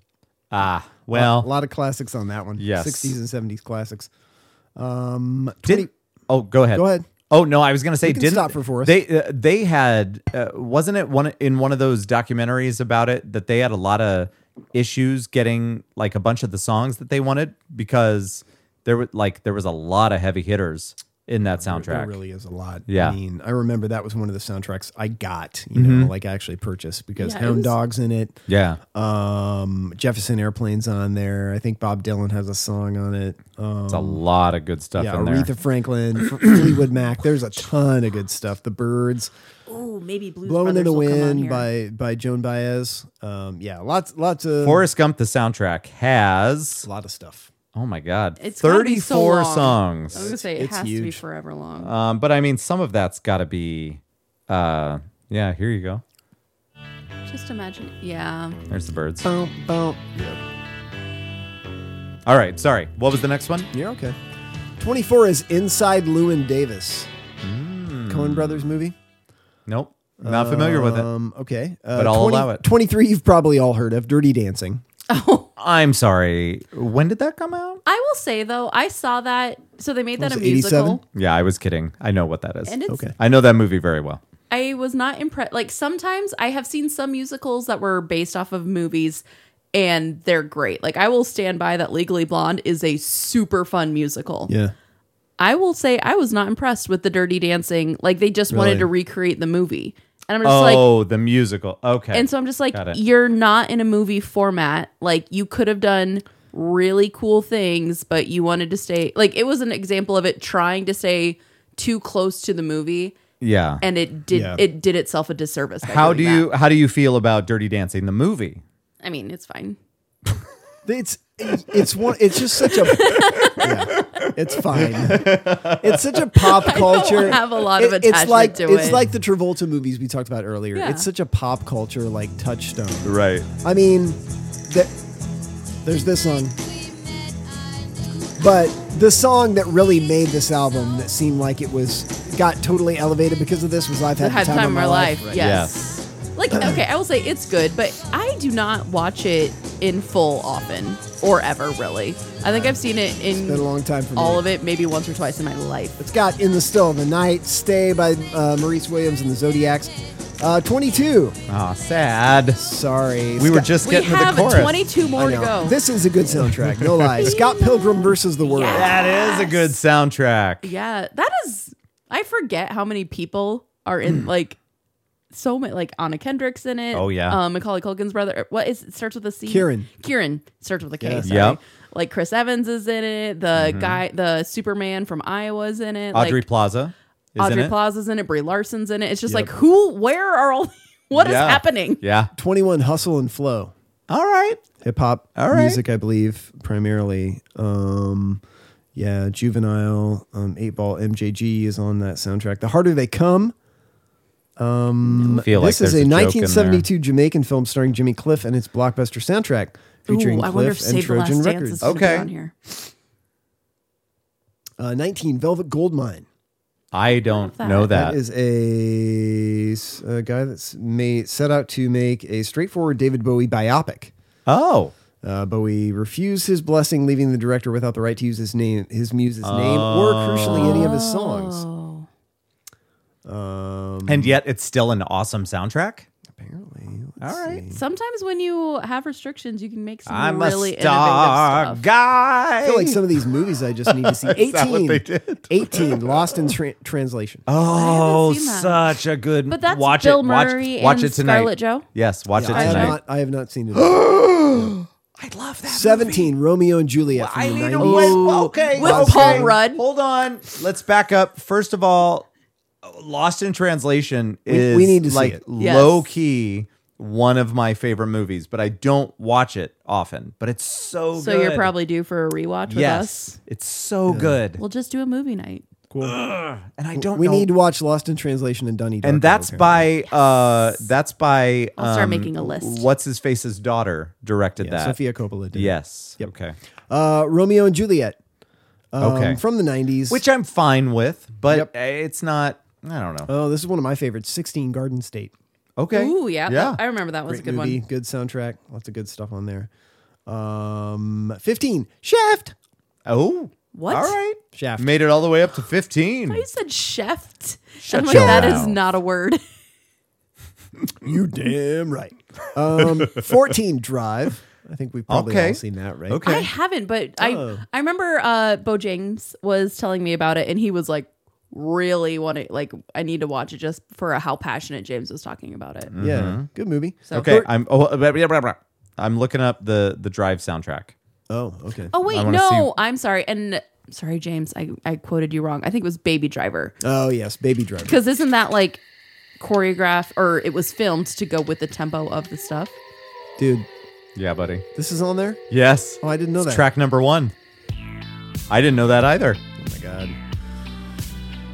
ah, well. A lot of classics on that one. Yes. 60s and 70s classics. Um, 20, did, oh, go ahead. Go ahead. Oh no, I was gonna say can didn't stop for Forrest. They uh, they had uh, wasn't it one in one of those documentaries about it that they had a lot of issues getting like a bunch of the songs that they wanted because there were like there was a lot of heavy hitters in that There soundtrack. really is a lot. Yeah. Mm-hmm. I mean, I remember that was one of the soundtracks I got, you know, like I actually purchased because Yeah, it Hound was- Dog's in it. yeah. Um, Jefferson Airplane's on there. I think Bob Dylan has a song on it. Um, It's a lot of good stuff yeah, in there. Aretha Franklin, Fr- Fleetwood Mac. There's a ton of good stuff. The Birds, Oh, maybe Blues Blown Brothers in the will come on Wind here. by by Joan Baez. Um, yeah, lots lots of Forrest Gump the soundtrack has a lot of stuff. oh my god, It's gotta be so 34 long. I was songs. gonna say it It's has to be huge. forever long. Um but I mean some of that's got to be uh yeah, here you go. Just imagine. Yeah. There's the birds. Boom, boom. Yeah, All right, sorry. What was the next one? you're okay. Twenty four is Inside Lewin Davis, Hmm. Cohen Brothers movie. Nope. Not familiar with it. Um, okay, uh, But I'll allow it. Twenty three, you've probably all heard of Dirty Dancing. I'm sorry. When did that come out? Oh, I will say though, I saw that. So they made that Was a it 87? musical, Yeah, I was kidding. I know what that is. and it's. Okay. I know that movie very well. I was not impressed. Like sometimes I have seen some musicals that were based off of movies, and they're great. Like I will stand by that. Legally Blonde is a super fun musical. Yeah, I will say I was not impressed with the Dirty Dancing. Like they just wanted Really? to recreate the movie, and I'm just like, Oh, the musical. Okay. And so I'm just like, Got it. you're not in a movie format. Like you could have done really cool things, but you wanted to stay like it was an example of it trying to stay too close to the movie yeah. and it did Yeah. it did itself a disservice. by how do doing you how do you feel about Dirty Dancing the movie? that. I mean, it's fine. It's it's one. It's just such a. yeah, it's fine. It's such a pop culture. have a lot of it's attachment like to it's it. like the Travolta movies we talked about earlier. Yeah. It's such a pop culture like touchstone. Right. I mean, th- there's this song, but the song that really made this album that seemed like it was got totally elevated because of this was "I've Had, I've had the time, of my life. Yes. Yes. Like okay, I will say it's good, but I do not watch it in full often or ever really. I think I've seen it in Been a long time for me. all of it maybe once or twice in my life. It's got In the Still of the Night, Stay by uh, Maurice Williams and the Zodiacs. Uh, 22. Oh, sad. Sorry. We were Scott- just We getting to the have chorus. 22 I more to know. go. This is a good soundtrack, no lie. Scott Pilgrim versus the World. That is a good soundtrack. Yeah, that is. I forget how many people are in like so many. Like Anna Kendrick's in it. Hmm. Oh, yeah. um, Macaulay Culkin's brother. What is it starts with a C? Kieran. Kieran starts with a K. Yeah. Sorry. Yep. Mm-hmm. Like Chris Evans is in it. The guy, the Superman from Iowa's in it. Audrey like, Plaza is in Audrey it. Plaza's in it. Brie Larson's in it. It's just Yep. like who? Where are all? What is Yeah. happening? Yeah. 21 Hustle and Flow. All right. Hip hop All right. music, I believe, primarily. Um, yeah, Juvenile, um, 8 Ball, MJG is on that soundtrack. The Harder They Come. I feel like Um, this there's is a joke in there. 1972 Jamaican film starring Jimmy Cliff and its blockbuster soundtrack featuring Ooh, I Cliff wonder if and Save the Trojan Last Dance Records. is gonna be Okay. on here. Uh, 19 Velvet Goldmine. I don't that. know that. That is a, a guy that's made set out to make a straightforward David Bowie biopic. oh. Uh, Bowie refused his blessing, leaving the director without the right to use his name, his muse's name, or crucially any of his songs. Oh, Um, And yet it's still an awesome soundtrack? apparently, All right. sometimes when you have restrictions, you can make some I'm really a star innovative stuff. guy. I feel like some of these movies I just need to see. Eighteen, that what they did? eighteen, Lost in tra- Translation. Oh, seen that. such a good. But that's watch Bill it. watch- Murray watch, and it tonight. Scarlett Joe? Yes, watch I it have tonight. not. I have not seen it. I love that. Seventeen, Romeo and Juliet. From I the need 90s. to wait. Okay, With okay. Paul Rudd. Hold on. Let's back up. First of all, Lost in Translation we is need to see like it. Yes. low key one of my favorite movies, but I don't watch it often. But it's so So good. you're probably due for a rewatch with yes, us. it's so good, We'll just do a movie night. and I don't. we know- need to watch Lost in Translation and Dunny. and Darko, that's apparently. by uh, that's by. um, I'll start making a list. What's his face's daughter directed yeah, that? Sofia Coppola. Did. Yes. Yep. Okay. Uh, Romeo and Juliet. um, Okay. From the '90s. Which I'm fine with, but Yep. it's not. I don't know. oh, this is one of my favorites. 16 Garden State. Okay. Ooh, yeah. Yeah. I remember that was a Great good movie. one. Good soundtrack. Lots of good stuff on there. Um, 15 Shaft. oh. What? All right. Shaft. Made it all the way up to 15. You said chef. I'm like, your that is mouth. not a word. You damn right. Um, 14 Drive. I think we've probably Okay. all seen that, right? Okay. I haven't, but Oh. I I remember uh Bo James was telling me about it and he was like really wanting like I need to watch it just for how passionate James was talking about it. Mm. Yeah. Good movie. Mm-hmm. So- Okay, Thir- I'm oh, blah, blah, blah, blah. I'm looking up the the Drive soundtrack. Oh, okay. Oh wait, I wanna no, see- I'm sorry. And sorry, James, I, I quoted you wrong. I think it was Baby Driver. Oh, yes. Baby Driver. Because isn't that like choreographed or it was filmed to go with the tempo of the stuff? Dude, Yeah, buddy. this is on there? Yes. Oh, I didn't know It's that. Track number one. I didn't know that either. Oh, my God.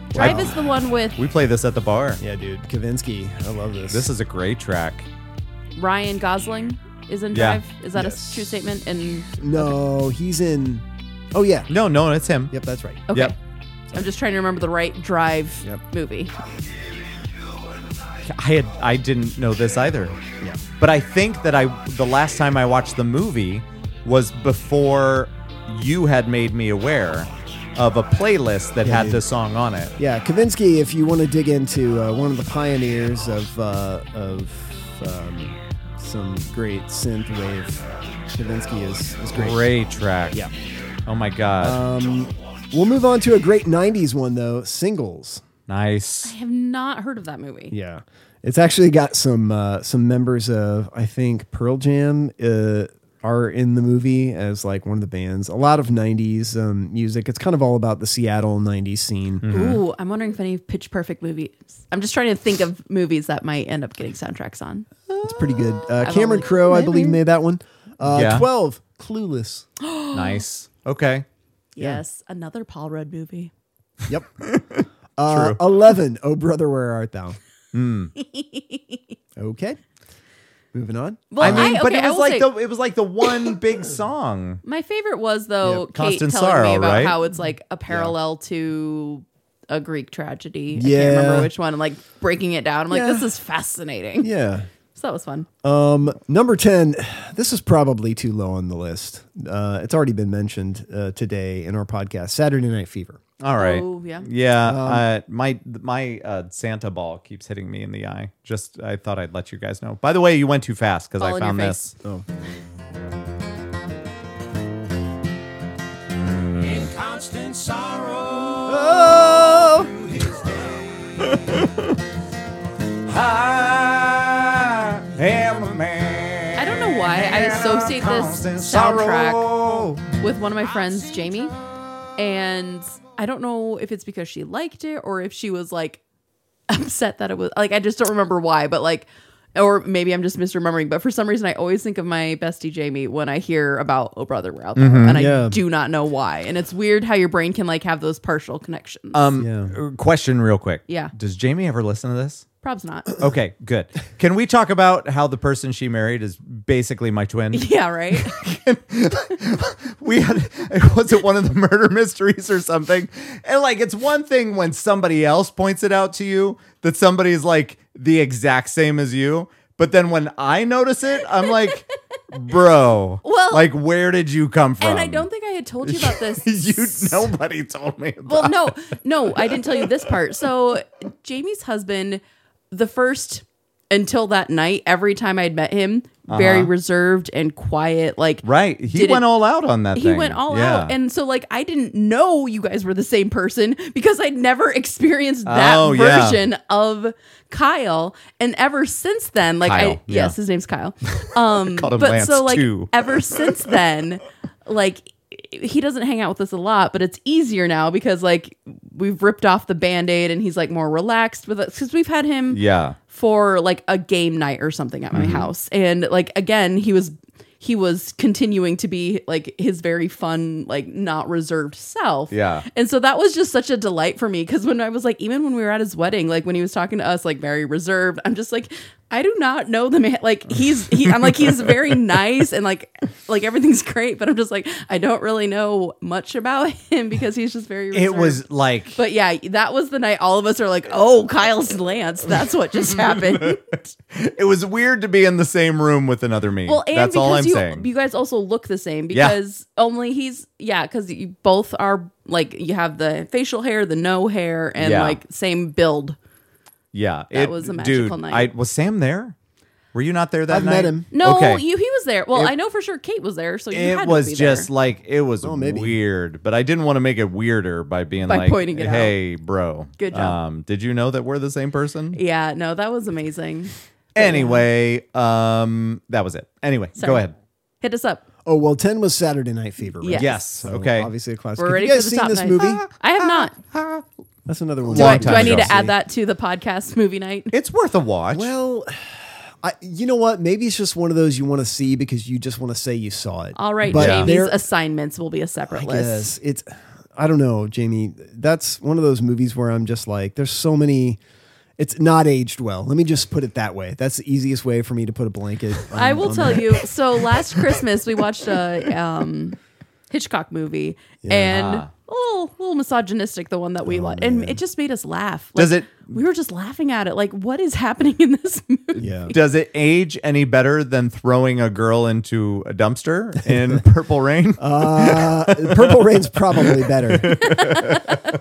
Drive is the one with We play this at the bar. Yeah, dude. Kavinsky. I love this. This is a great track. Ryan Gosling is in Yeah. Drive. Is that Yes. a true statement? And No, he's in. Oh, yeah. No, no, it's him. Yep, that's right. okay. Yep. I'm just trying to remember the right Drive Yep. movie. I had I didn't know this either. But I think that I the last time I watched the movie was before you had made me aware of a playlist that had dude. this song on it. Yeah, Kavinsky, if you want to dig into uh, one of the pioneers of, uh, of um, some great synth wave, Kavinsky is, is great. Great track. Yeah. Uh, Oh my god. We'll move on to a great 90s one, though singles. nice. I have not heard of that movie. Yeah. It's actually got some uh, some members of I think Pearl Jam uh, are in the movie as like one of the bands. A lot of '90s um, music. It's kind of all about the Seattle '90s scene. Ooh, I'm wondering if any Pitch Perfect movies. I'm just trying to think of movies that might end up getting soundtracks on. It's pretty good. Uh, I've Cameron only- Crowe, I believe, made that one. Uh, Yeah. Twelve, Clueless. Nice. Okay. Yes, another Paul Rudd movie. Yep. Uh, Eleven. Oh brother, where art thou? okay. Moving on. I Well, mean, but okay, it I was will like say- the it was like the one big song. My favorite was though Yeah, Kate telling Constance Sorrow, me about right? how it's like a parallel to a Greek tragedy. I Yeah. can't remember which one. Like breaking it down, I'm like, Yeah. this is fascinating. Yeah. So that was fun. Um, number 10, this is probably too low on the list. Uh, it's already been mentioned uh, today in our podcast, Saturday Night Fever. All right. Oh, yeah. Yeah. uh, my my uh, Santa ball keeps hitting me in the eye. Just I thought I'd let you guys know. By the way, you went too fast because All I in your found face. this. In constant sorrow. Oh, I am a man. I don't know why I associate this Constant soundtrack sorrow. with one of my friends, Jamie, and I don't know if it's because she liked it or if she was like upset that it was like I just don't remember why, but like. Or maybe I'm just misremembering, but for some reason I always think of my bestie Jamie when I hear about Oh Brother We're Out There, and I yeah. do not know why. And it's weird how your brain can like have those partial connections. Um, Yeah. uh, question real quick. Yeah. Does Jamie ever listen to this? Prob's not. Okay, good. Can we talk about how the person she married is basically my twin? yeah, right. we had it was it one of the murder mysteries or something and like it's one thing when somebody else points it out to you that somebody's like the exact same as you but then when i notice it i'm like bro Well- like where did you come from and I don't think I had told you about this. um, you nobody told me about Well, no, no, I didn't tell you this part. So Jamie's husband, the first until that night, every time I'd met him, very reserved and quiet. Like Uh-huh. right he Did it- went all out on that he thing. went all Yeah. out, and so like I didn't know you guys were the same person because I'd never experienced that Oh, yeah. version of Kyle. And ever since then, like Kyle, I yeah. yes, his name's Kyle. Um, Called him but Lance, so like too. ever since then, like he doesn't hang out with us a lot, but it's easier now because like we've ripped off the band-aid and he's like more relaxed with us because we've had him Yeah. for like a game night or something at my Mm-hmm. house. And like again, he was he was continuing to be like his very fun, like not reserved self. Yeah. And so that was just such a delight for me because when I was like, even when we were at his wedding, like when he was talking to us, like very reserved, I'm just like, I do not know the man. Like he's, he, I'm like, he's very nice and like, like everything's great, but I'm just like, I don't really know much about him because he's just very. Reserved. It was like But yeah, that was the night all of us are like, "Oh, Kyle Slants, that's what just happened." It was weird to be in the same room with another me. well, and That's because all I'm you saying. you guys also look the same Yeah. because only he's yeah, because you both are like you have the facial hair, the no hair, and Yeah. like same build. yeah. That it- was a dude, magical night. I, was Sam there? Were you not there that I've night? met him. No, Okay. you he was there. Well, It- I know for sure Kate was there, so you had it to was be just there. like it was Oh, maybe. weird, but I didn't want to make it weirder by being By like, pointing it out. "Hey, bro, Good job. Um, did you know that we're the same person?" yeah, no, that was amazing. Anyway, um, that was it. Anyway, Sorry. go ahead. Hit us up. Oh well, ten was Saturday Night Fever. Right? Yes. Yes. So okay. Obviously a classic. We're Have ready you guys for the seen top this nine. movie? I have not. That's another one. Do I- we Long Do I time need ago. to add that to the podcast movie night? It's worth a watch. Well, I, you know what? Maybe it's just one of those you want to see because you just want to say you saw it. All right, But Jamie's there- assignments will be a separate list. Yes, it's. I don't know, Jamie. That's one of those movies where I'm just like, there's so many. It's not aged well. Let me just put it that way. That's the easiest way for me to put a blanket. on- I will on tell that. you. So last Christmas we watched a um, Hitchcock movie, and a little, little misogynistic, the one that Oh, we watched, and it just made us laugh. Like, Does it- We were just laughing at it. Like, what is happening in this movie? Yeah. Does it age any better than throwing a girl into a dumpster in Purple Rain? Uh, Purple Rain's probably better.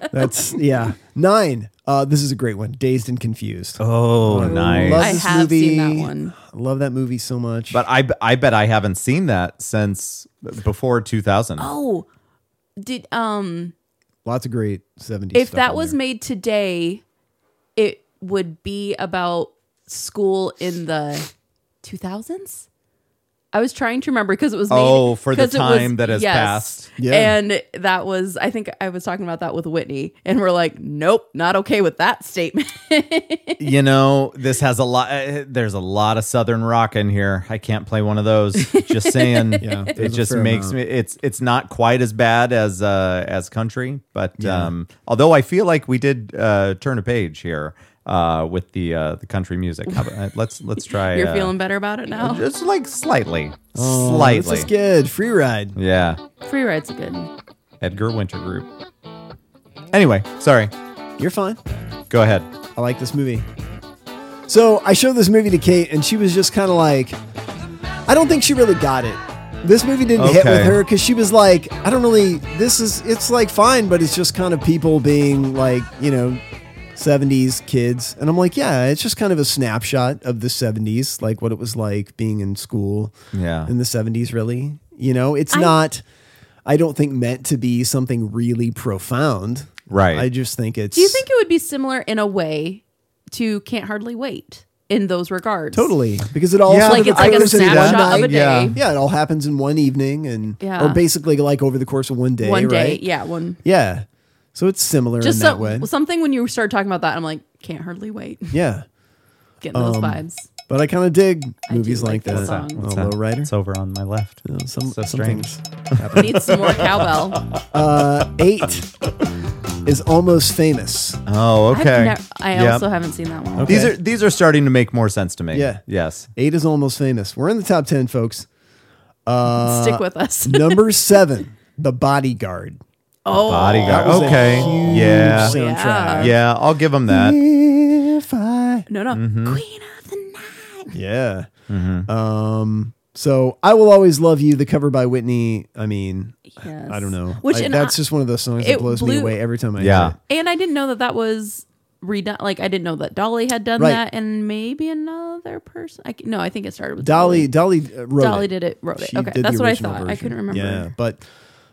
That's yeah. Nine. Uh, this is a great one. Dazed and confused. oh, nice. love I this have seen that movie. one. I love that movie so much. But I, I bet I haven't seen that since before 2000. Oh, did um, lots of great seventies. if that was made today, it would be about school in the 2000s. I was trying to remember because it was made, Oh, for the 'cause it time that has passed. Yeah. And that was I think I was talking about that with Whitney and we're like, nope, not okay with that statement. you know, this has a lot. Uh, there's a lot of southern rock in here. I can't play one of those. Just saying. Yeah, it there's a just fair makes amount. me. It's it's not quite as bad as uh as country, but um, although I feel like we did uh turn a page here uh with the uh the country music. How about, uh, let's let's try. You're uh, feeling better about it now. just like slightly, this slightly. is good. Free ride. Yeah, Free ride's good. Edgar Winter Group. Anyway, sorry. You're fine. Go ahead. I like this movie. So I showed this movie to Kate, and she was just kind of like, I don't think she really got it. This movie didn't hit Okay. with her because she was like, I don't really. This is it's like fine, but it's just kind of people being like, you know. 70s kids and i'm like yeah it's just kind of a snapshot of the 70s like what it was like being in school Yeah. in the 70s really you know it's not i don't think meant to be something really profound Right. i just think it's Do you think it would be similar in a way to Can't Hardly Wait in those regards? Totally, because it all Yeah. sort Like of it's like a occurs in one snapshot of night. a Yeah. day. Yeah, it all happens in one evening, and Yeah. or basically like over the course of one day. One day. right? Yeah, one yeah. So it's similar just in that so- way. something when you start talking about that, I'm like, can't hardly wait. Yeah, Getting Um, those vibes. but I kind of dig I movies do like like that that. song. What's Oh, Low Rider. It's over on my left. You know, some, so some strange. things. Need some more cowbell. Uh, eight is almost famous. Oh, I've okay. nev- I Yep. also haven't seen that one. Okay. These are these are starting to make more sense to me. Yeah. Yes. Eight is almost famous. We're in the top ten, folks. Stick with us. Number seven, The Bodyguard. Oh, Bodyguard. was a Okay. huge Yeah. soundtrack. Yeah. Yeah. I'll give them that. If I No, no. Mm-hmm. Queen of the night. Yeah. Mm-hmm. Um. So I will always love you. The cover by Whitney. I mean, Yes. I don't know. Which I- and that's I- just one of those songs it that blows me blew- away every time I Yeah. hear it. And I didn't know that that was redone. Like I didn't know that Dolly had done Right. that, and maybe another person. I, c- no, I think it started with Dolly. Dolly uh, wrote Dolly it. did it. Wrote it. She okay, did that's the what I original thought. I version. couldn't remember. Yeah, but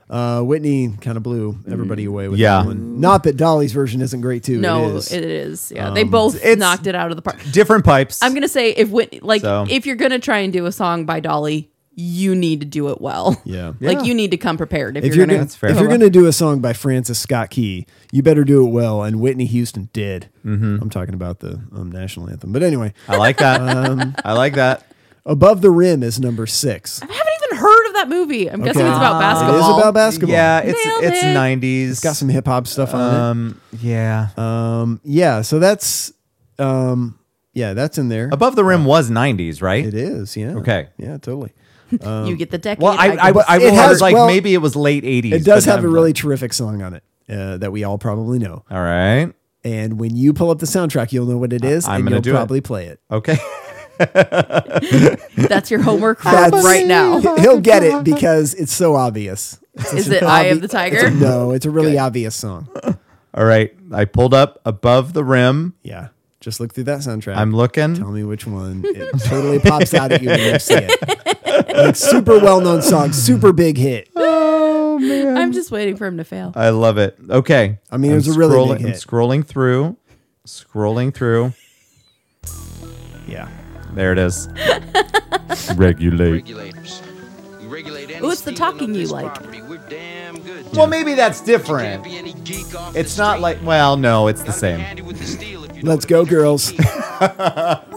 uh, Whitney kind of blew everybody away with Yeah. that one. Not that Dolly's version isn't great too. Mm. No, it is. Um, it is. Yeah, they both it's- knocked it out of the park. Different pipes. I'm gonna say if Whitney, like So- if you're gonna try and do a song by Dolly, you need to do it well. Yeah. Yeah. Like you need to come prepared if, If you're, you're, gonna. gonna, That's fair. if you're gonna do a song by Francis Scott Key, you better do it well. And Whitney Houston did. Mm-hmm. I'm talking about the um, national anthem. But anyway, I like that. Um, I like that. Above the Rim is number six. I haven't even heard of that movie. I'm guessing Okay. it's about It basketball. is about basketball. Yeah, it's Nailed it's it. 90s. It's got some Uh, hip hop stuff on um yeah. it. Yeah, so that's um yeah, that's in there. Above the Rim was 90s, right? It is, yeah. Okay. Yeah, totally. you get the decade. Well, I I, I, guess. It was has- like well, maybe it was late 80s. It does but have a I'm- really terrific song on it uh, that we all probably know. All right. And when you pull up the soundtrack, you'll know what it is, I'm and gonna you'll do it. probably play it. Okay. that's your homework for That's- right now. He'll get it because it's so obvious. It's Is such it an Eye of obvi- the it's a- Tiger? no, it's a really obvious song. All right. I pulled up above the rim. Yeah, just look through that soundtrack. I'm looking. Tell me which one. It totally pops out at you when you see it. Like super well known song, super big hit. I'm just waiting for him to fail. I love it. Okay. I mean, it I'm was a really scrolling, big I'm hit. scrolling through, scrolling through. Yeah. There it is. Regulate. regulators. We regulate any Ooh, it's the stealing talking of you this like. property. We're damn good. Well, maybe that's You can't different. be any geek off the It's not street. like, well, no, it's the Gotta be same. handy with the steel if you know Let's what I go, mean. girls.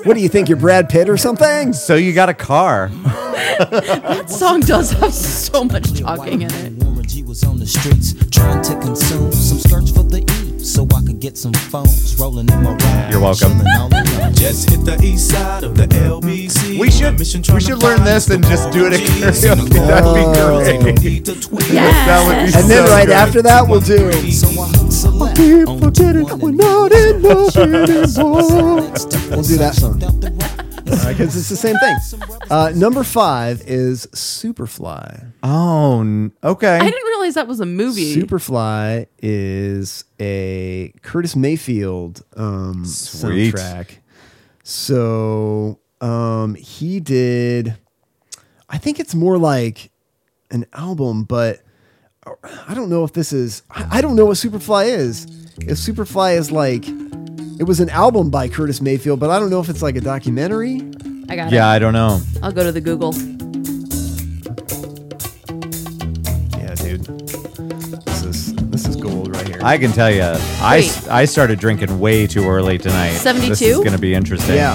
What do you think? You're Brad Pitt or something? So you got a car. That song does have so much talking in it. Warren G was on the streets trying to consume some skirts for the E so I could get some phones rolling in my ride. You're welcome. Chilling all alone. Just hit the east side of the LBC. We should- we should learn this and just do it at karaoke. That'd be great. Yeah. That would be And then so right good. after that, we'll do. So I hooked select on People get it one going and out in love anymore. We'll do that song. song. Because it's the same thing. Uh, number five is Superfly. Oh, n- okay. I didn't realize that was a movie. Superfly is a Curtis Mayfield um, Sweet. soundtrack. So um, he did. I think it's more like an album, but I don't know if this is. I I don't know what Superfly is. If Superfly is like, it was an album by Curtis Mayfield, but I don't know if it's like a documentary. I got yeah, I don't know. it. I'll go to the Google. Yeah, dude, this is this is gold right here. I can tell you, I, s- I started drinking way too early tonight. This 72? is going to be interesting. yeah,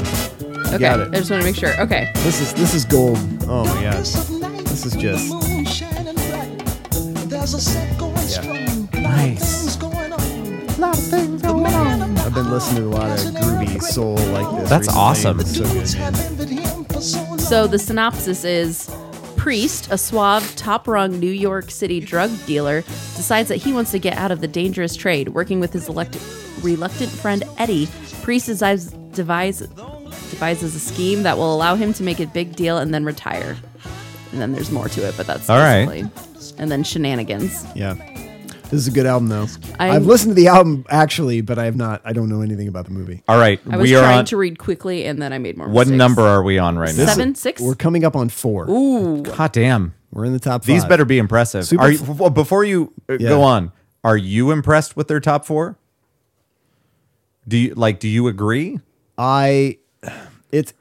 Okay, Got I it. just want to make sure. Okay, this is this is gold. Oh my god. This is just- Nice. I've been listening to a lot of groovy soul like this. That's recently. awesome. It's so good, man. so the synopsis is Priest, a suave, top rung New York City drug dealer, decides that he wants to get out of the dangerous trade. Working with his elect- reluctant friend Eddie, Priest devises, devises, devises a scheme that will allow him to make a big deal and then retire. And then there's more to it, but that's All right. basically- And then shenanigans. Yeah. This is a good album though. i I'm- have listened to the album actually, but I have not I don't know anything about the movie. All right. I was We are trying on. to read quickly, and then I made more. What mistakes. number are we on right now? Seven, six. We're coming up on four. Ooh, Hot damn. We're in the top five. These better be impressive. Super- are you, well, before you uh, Yeah. go on, are you impressed with their top four? Do you like? Do you agree? I it's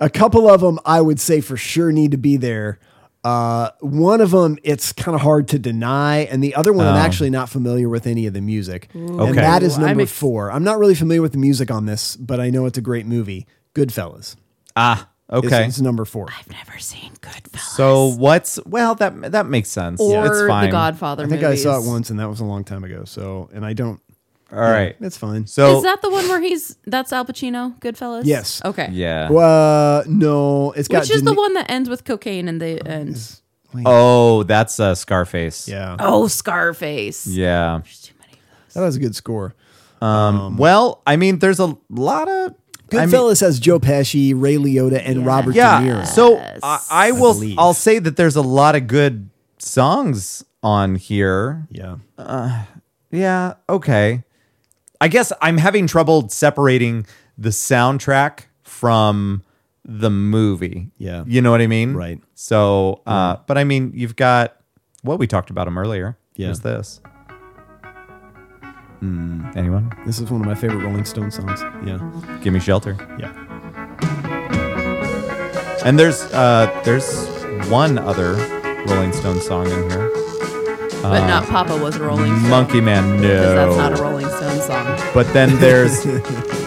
a couple of them I would say for sure need to be there. Uh, one of them it's kind of hard to deny, and the other one I'm actually not familiar with any of the music, Oh. Okay. and that is Ooh, I'm number ex- four. I'm not really familiar with the music on this, but I know it's a great movie. Goodfellas. Ah, is- okay. is number four. I've never seen Goodfellas. So what's well that that makes sense. or it's fine. the Godfather. I think movies. I saw it once, and that was a long time ago. So, and I don't. All right. It's fine. So Is that the one where he's? That's Al Pacino. Goodfellas. Yes. Okay. yeah. Uh, no, it's got. Which is De- the one that ends with cocaine and the and Oh, that's uh, Scarface. Yeah, oh Scarface. Yeah. There's too many. that was a good score. Um, Well, I mean, there's a lot of I mean- Goodfellas has Joe Pesci, Ray Liotta, and Robert De yeah. Niro. So I, I will. believe. I'll say that there's a lot of good songs on here. yeah, Yeah, okay. I guess I'm having trouble separating the soundtrack from the movie. Yeah. You know what I mean? Right. So, uh, but I mean, you've got well, we talked about them earlier. Yeah. Here's this. Mm, anyone? this is one of my favorite Rolling Stone songs. Yeah, Give me shelter. yeah. And there's uh there's one other Rolling Stones song in here. but not Papa was a Rolling Stone. Uh, Monkey Man, no. Because that's not a Rolling Stone song. But then there's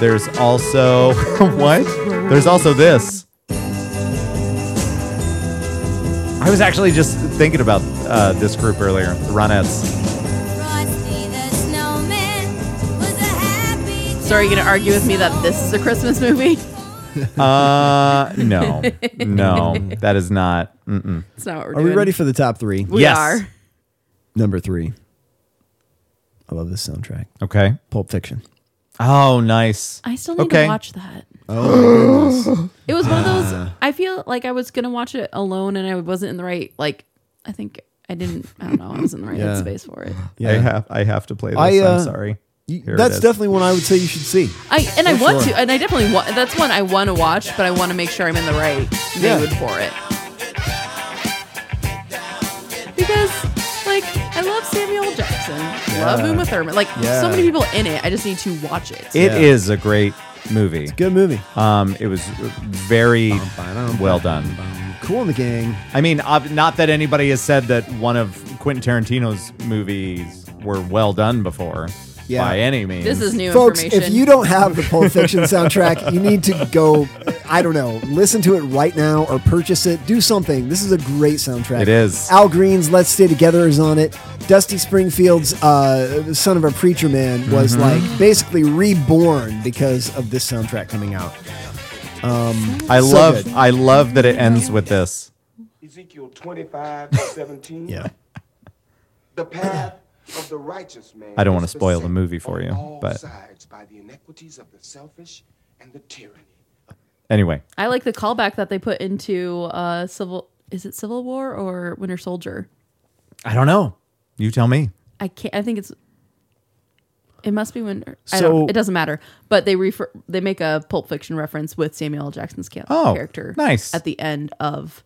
there's also what? There's also this. I was actually just thinking about uh, this group earlier, the Ronettes. So are you going to argue with me that this is a Christmas movie? Uh, no, no, that is not. mm, Mm-mm. That's not what we're Are doing. we ready for the top three? We Yes. are. Number three. I love this soundtrack. Okay. Pulp Fiction. Oh, nice. I still need Okay. to watch that. Oh. it was one of Uh. those. I feel like I was gonna watch it alone, and I wasn't in the right. Like, I think I didn't. I don't know. I was in the right Yeah. headspace for it. I have I have to play this. I, uh, I'm sorry. You- Here it that's is. definitely one I would say you should see. I and I For want sure. to, and I definitely want. That's one I want to watch, but I want to make sure I'm in the right Yeah. mood for it. Because, like, I love Samuel Jackson. Love Yeah. Uma Thurman. Like, Yeah. so many people in it. I just need to watch it. It is Yeah. a great movie. Good movie. Um, it was very well done. Cool in the gang. I mean, ob- not that anybody has said that one of Quentin Tarantino's movies were well done before Yeah. by any means. This is new Folks, information. if you don't have the Pulp Fiction soundtrack, you need to go, I don't know, listen to it right now or purchase it. Do something. This is a great soundtrack. It is. Al Green's Let's Stay Together is on it. Dusty Springfield's uh, Son of a Preacher Man Mm-hmm. was like basically reborn because of this soundtrack coming out. I so love good. I love that it ends with this. Ezekiel 25 to 17. Yeah. The path of the righteous man. I don't is wanna spoil the beset movie for on you, all but- sides by the inequities of the selfish and the tyranny. Anyway, I like the callback that they put into uh, Civil. Is it Civil War or Winter Soldier? I don't know. You tell me. I can't. I think it's. It must be Winter. I So- don't, it doesn't matter. But they refer. They make a Pulp Fiction reference with Samuel L. Jackson's ca- Oh, character. nice. At the end of.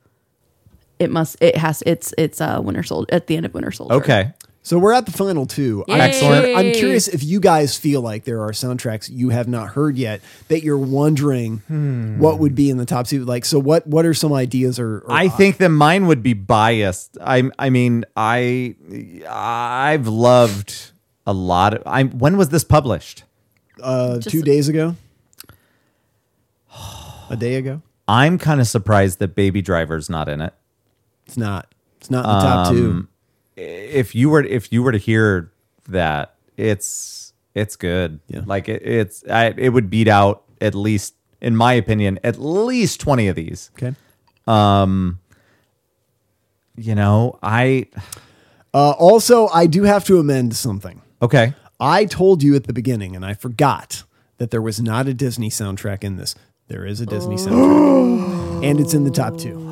It must. It has. It's. It's uh, Winter Soldier. At the end of Winter Soldier. Okay. So we're at the final two. I'm Excellent. Yay. I'm curious if you guys feel like there are soundtracks you have not heard yet that you're wondering Hmm. what would be in the top two. Like, so what? What are some ideas or, or I think that mine would be biased. I I mean, I I've loved a lot of I when was this published? uh, two days ago, a day ago? I'm kind of surprised that Baby Driver's not in it. It's not. It's not in the top two. Um, if you were if you were to hear that, it's it's good. Yeah. Like it, it's I, it would beat out at least, in my opinion, at least twenty of these. Okay. You know, I Uh, also, I do have to amend something. okay. I told you at the beginning, and I forgot that there was not a Disney soundtrack in this. There is a Disney Oh. soundtrack, and it's in the top two.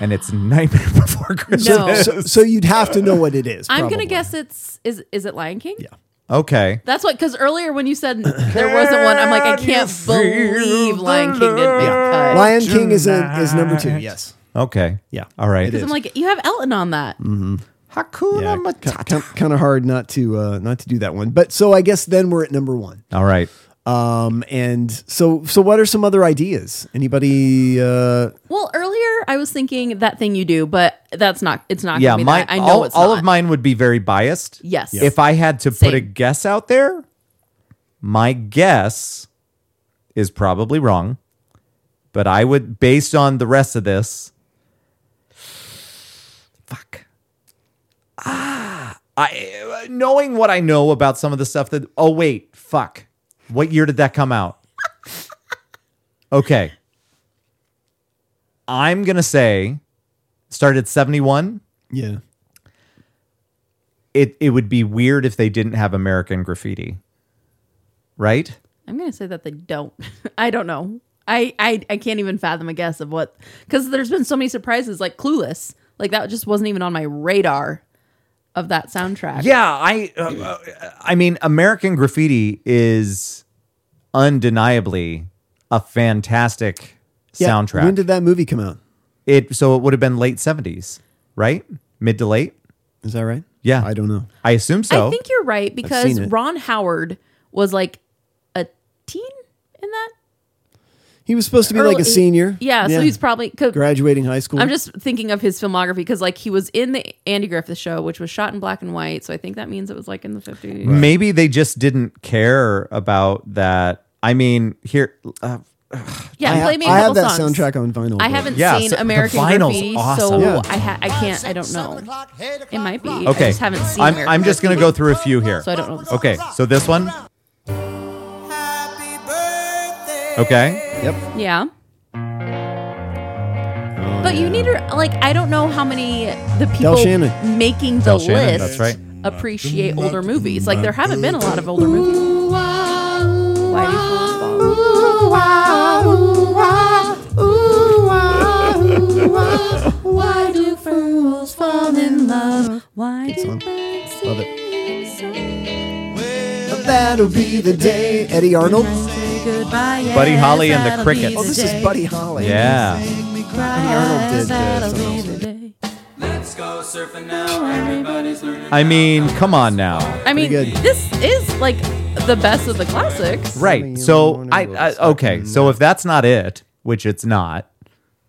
And it's Nightmare Before Christmas. No. so, so you'd have to know what it is. Oh. I'm probably. gonna guess it's. Is is it Lion King? Yeah. Okay. That's what. Because earlier when you said there wasn't one, I'm like I can't believe Lion King didn't make Yeah, cut. Lion King is in, is number two. Yes. Okay. Yeah. All right. It is. I'm like you have Elton on that. Mm. Hakuna Yeah, Matata. kind of hard not to uh, not to do that one. But so I guess then we're at number one. All right. Um, and so so what are some other ideas? Anybody? Uh, Well, earlier I was thinking that thing you do, but that's not. It's not. Yeah, gonna be my that. I know all, it's all not. of mine would be very biased. Yes. Yeah. If I had to put a Same. guess out there, my guess is probably wrong, but I would, based on the rest of this, fuck. Ah, I knowing what I know about some of the stuff that. Oh wait, fuck. What year did that come out? okay. I'm gonna say started 71 yeah. it it would be weird if they didn't have American graffiti. Right? I'm gonna say that they don't. I don't know. I I, I can't even fathom a guess of what because there's been so many surprises like Clueless. Like that just wasn't even on my radar of that soundtrack. Yeah, I uh, uh, I mean American graffiti is undeniably a fantastic Yeah. soundtrack. When did that movie come out? it so it would have been late 70s, right? Mid to late? Is that right? Yeah. I don't know. I assume so. I think you're right because it. Ron Howard was like a teen in that. He was supposed to be like early- a senior. Yeah, so he's probably. co- graduating high school. I'm just thinking of his filmography because, like, he was in the Andy Griffith Show, which was shot in black and white. So I think that means it was like in the 50s. Maybe they just didn't care about that. I mean, here, uh, Yeah, I, ha- play me a I have couple that songs. soundtrack on vinyl. I but- haven't Yeah, seen so- the American vinyl's Graffiti, so awesome. Yeah. I ha- I can't. I don't know. It might be. I okay. just haven't seen. I'm, American I'm just going to go Graffiti. through a few here. So I don't know. Okay, so this one. Okay. Yep. Yeah. But you need to like I don't know how many the people Shannon. making the Del list Shannon, that's right. appreciate older movies. Like there haven't been a lot of older movies. Why do fools fall? Why do fools fall in love? Why do Love it. That'll be the day. Eddie Arnold. goodbye? Buddy Holly and the that'll be Crickets. Oh, this day. is Buddy Holly. Yeah. Buddy Arnold did uh, something else. I mean, come on now. I mean, Pretty good. this is like the best of the classics. Right. So I, I okay. So if that's not it, which it's not,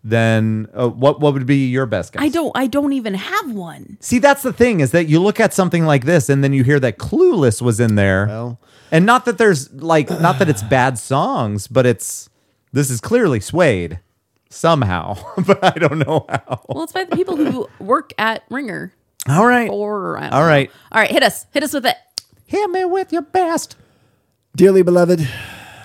then uh, what what would be your best guess? I don't. I don't even have one. See, that's the thing is that you look at something like this and then you hear that Clueless was in there. Well. and not that there's like, not that it's bad songs, but it's, this is clearly swayed somehow, but I don't know how. Well, it's by the people who work at Ringer. All right. Or I don't All know. right. all right. Hit us. Hit us with it. Hit me with your best. Dearly beloved,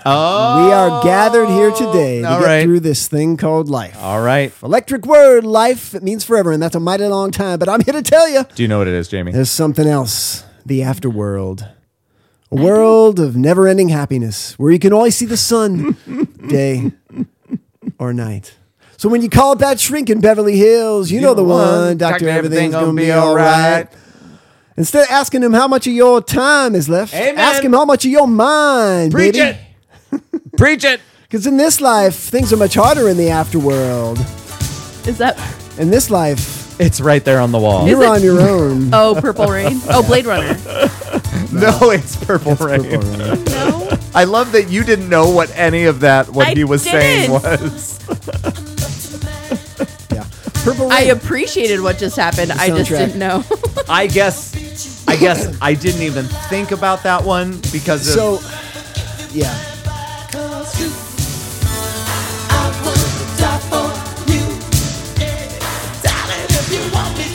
Oh, we are gathered here today to All get right. through this thing called life. all right. Electric word, life. It means forever, and that's a mighty long time. But I'm here to tell you, Do you know what it is, Jamie? there's something else. The afterworld. A world of never ending happiness where you can always see the sun day or night. So when you call up that shrink in Beverly Hills, you, know the one, Doctor, everything's gonna be all right. Instead of asking him how much of your time is left, Amen. ask him how much of your mind, Preach it. baby. Preach it. Because in this life, things are much harder in the afterworld. Is that? In this life, It's right there on the wall. you're on your own. Oh, Purple Rain. Oh, Blade Runner. No, it's Purple Rain. Purple Rain. No, I love that you didn't know what any of that, what I he was saying didn't. was. Yeah. Purple I Rain. appreciated what just happened. I just soundtrack. didn't know. I guess, I guess I didn't even think about that one because of so, yeah.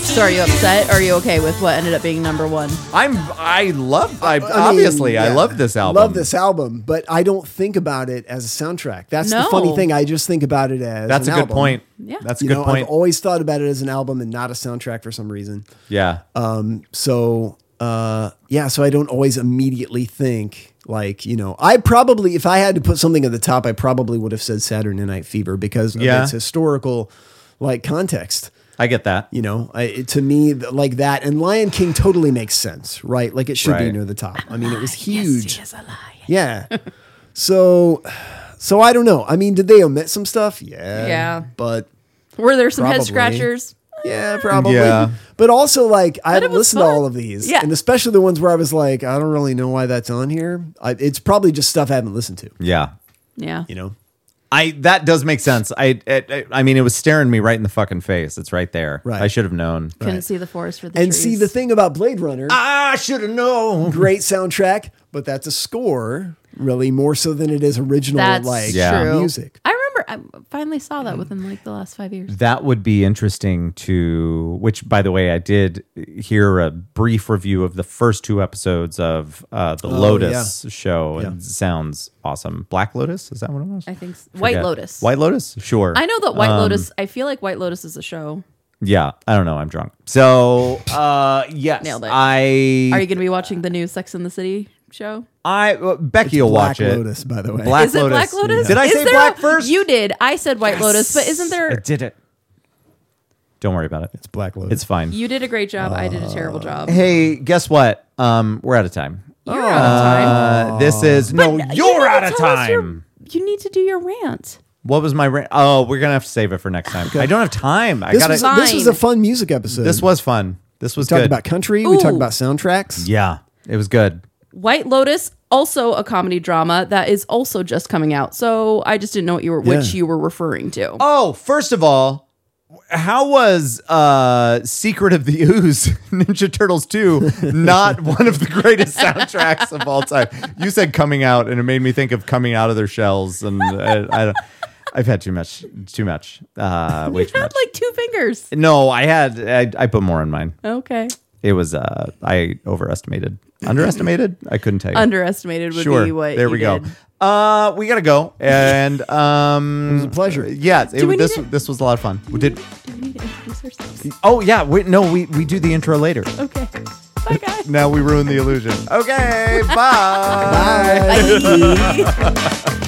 so are you upset? Are you okay with what ended up being number one? I'm I love I, I mean, obviously I yeah, love this album. Love this album, but I don't think about it as a soundtrack. That's the No. funny thing. I just think about it as That's a an good album. point. Yeah. That's a You good know, point. I've always thought about it as an album and not a soundtrack for some reason. yeah. Uh, So uh, yeah, so I don't always immediately think like you know. I probably, if I had to put something at the top, I probably would have said Saturday Night Fever because of Yeah. its historical like context. I get that. You know, I, it- to me, th- like that and Lion King totally makes sense, right? Like it should be Right. near the top. I mean, it was huge. Yeah. so, so I don't know. I mean, did they omit some stuff? Yeah. Yeah. But Were there some head Probably. scratchers? yeah, probably. Yeah. But also, like, I it was listened to fun. all of these, Yeah. and especially the ones where I was like, I don't really know why that's on here. I, it's probably just stuff I haven't listened to. Yeah. Yeah. You know. I that does make sense. I it, it- I mean it was staring me right in the fucking face. It's right there. Right. I should have known. Couldn't see the forest for the And trees. Ah. see, the thing about Blade Runner, I should have known. great soundtrack, but that's a score, really more so than it is original That's like Yeah. true. music. I remember. I finally saw that within like the last five years. That would be interesting to which by the way I did hear a brief review of the first two episodes of uh, Oh, the Lotus show and it sounds awesome. Black Lotus, is that what it was? I think s- White Forget. Lotus. White Lotus? Sure. I know that White Um, Lotus. I feel like White Lotus is a show. Yeah, I don't know. I'm drunk. So, uh, yes, Nailed it. I, Are you going to be watching the new Sex in the City show? I, well, Becky will Black watch it. Lotus, by the way. Black is it Black Lotus? Did I Is say there black a- first? You did. I said White Lotus, but isn't I there? did it. Don't worry about it. It's Black Lotus. It's fine. You did a great job. I did a terrible job. Uh, hey, guess what? Um, we're out of time. You're out of time. Uh, Oh. this is no, You you're didn't out of tell us your- time. You need to do your rant. What was my rant? Oh, we're gonna have to save it for next time. I don't have time. I this, gotta. was, this was a Fine. fun music episode. this was fun. This was talked good. about country. We talked Ooh. about soundtracks. yeah, it was good. White Lotus also a comedy drama that is also just coming out. So I just didn't know what you were which Yeah. you were referring to. Oh, first of all, how was uh Secret of the Ooze Ninja Turtles 2 not one of the greatest soundtracks of all time? You said coming out and it made me think of coming out of their shells and uh, I, I don't- I've had too much too much. Uh way you too had much. like two fingers. no, I had I, I put more on mine. Okay. It was uh I overestimated. Underestimated? I couldn't tell you. Underestimated would sure. be what there you we did. go. Uh we got to go and um It was a pleasure. Yes, it, we this need to- this was a lot of fun. We did Do we need to introduce ourselves? Oh yeah, we, no, we we do the intro later. Okay. Bye guys. Now we ruin the illusion. Okay, bye. Bye.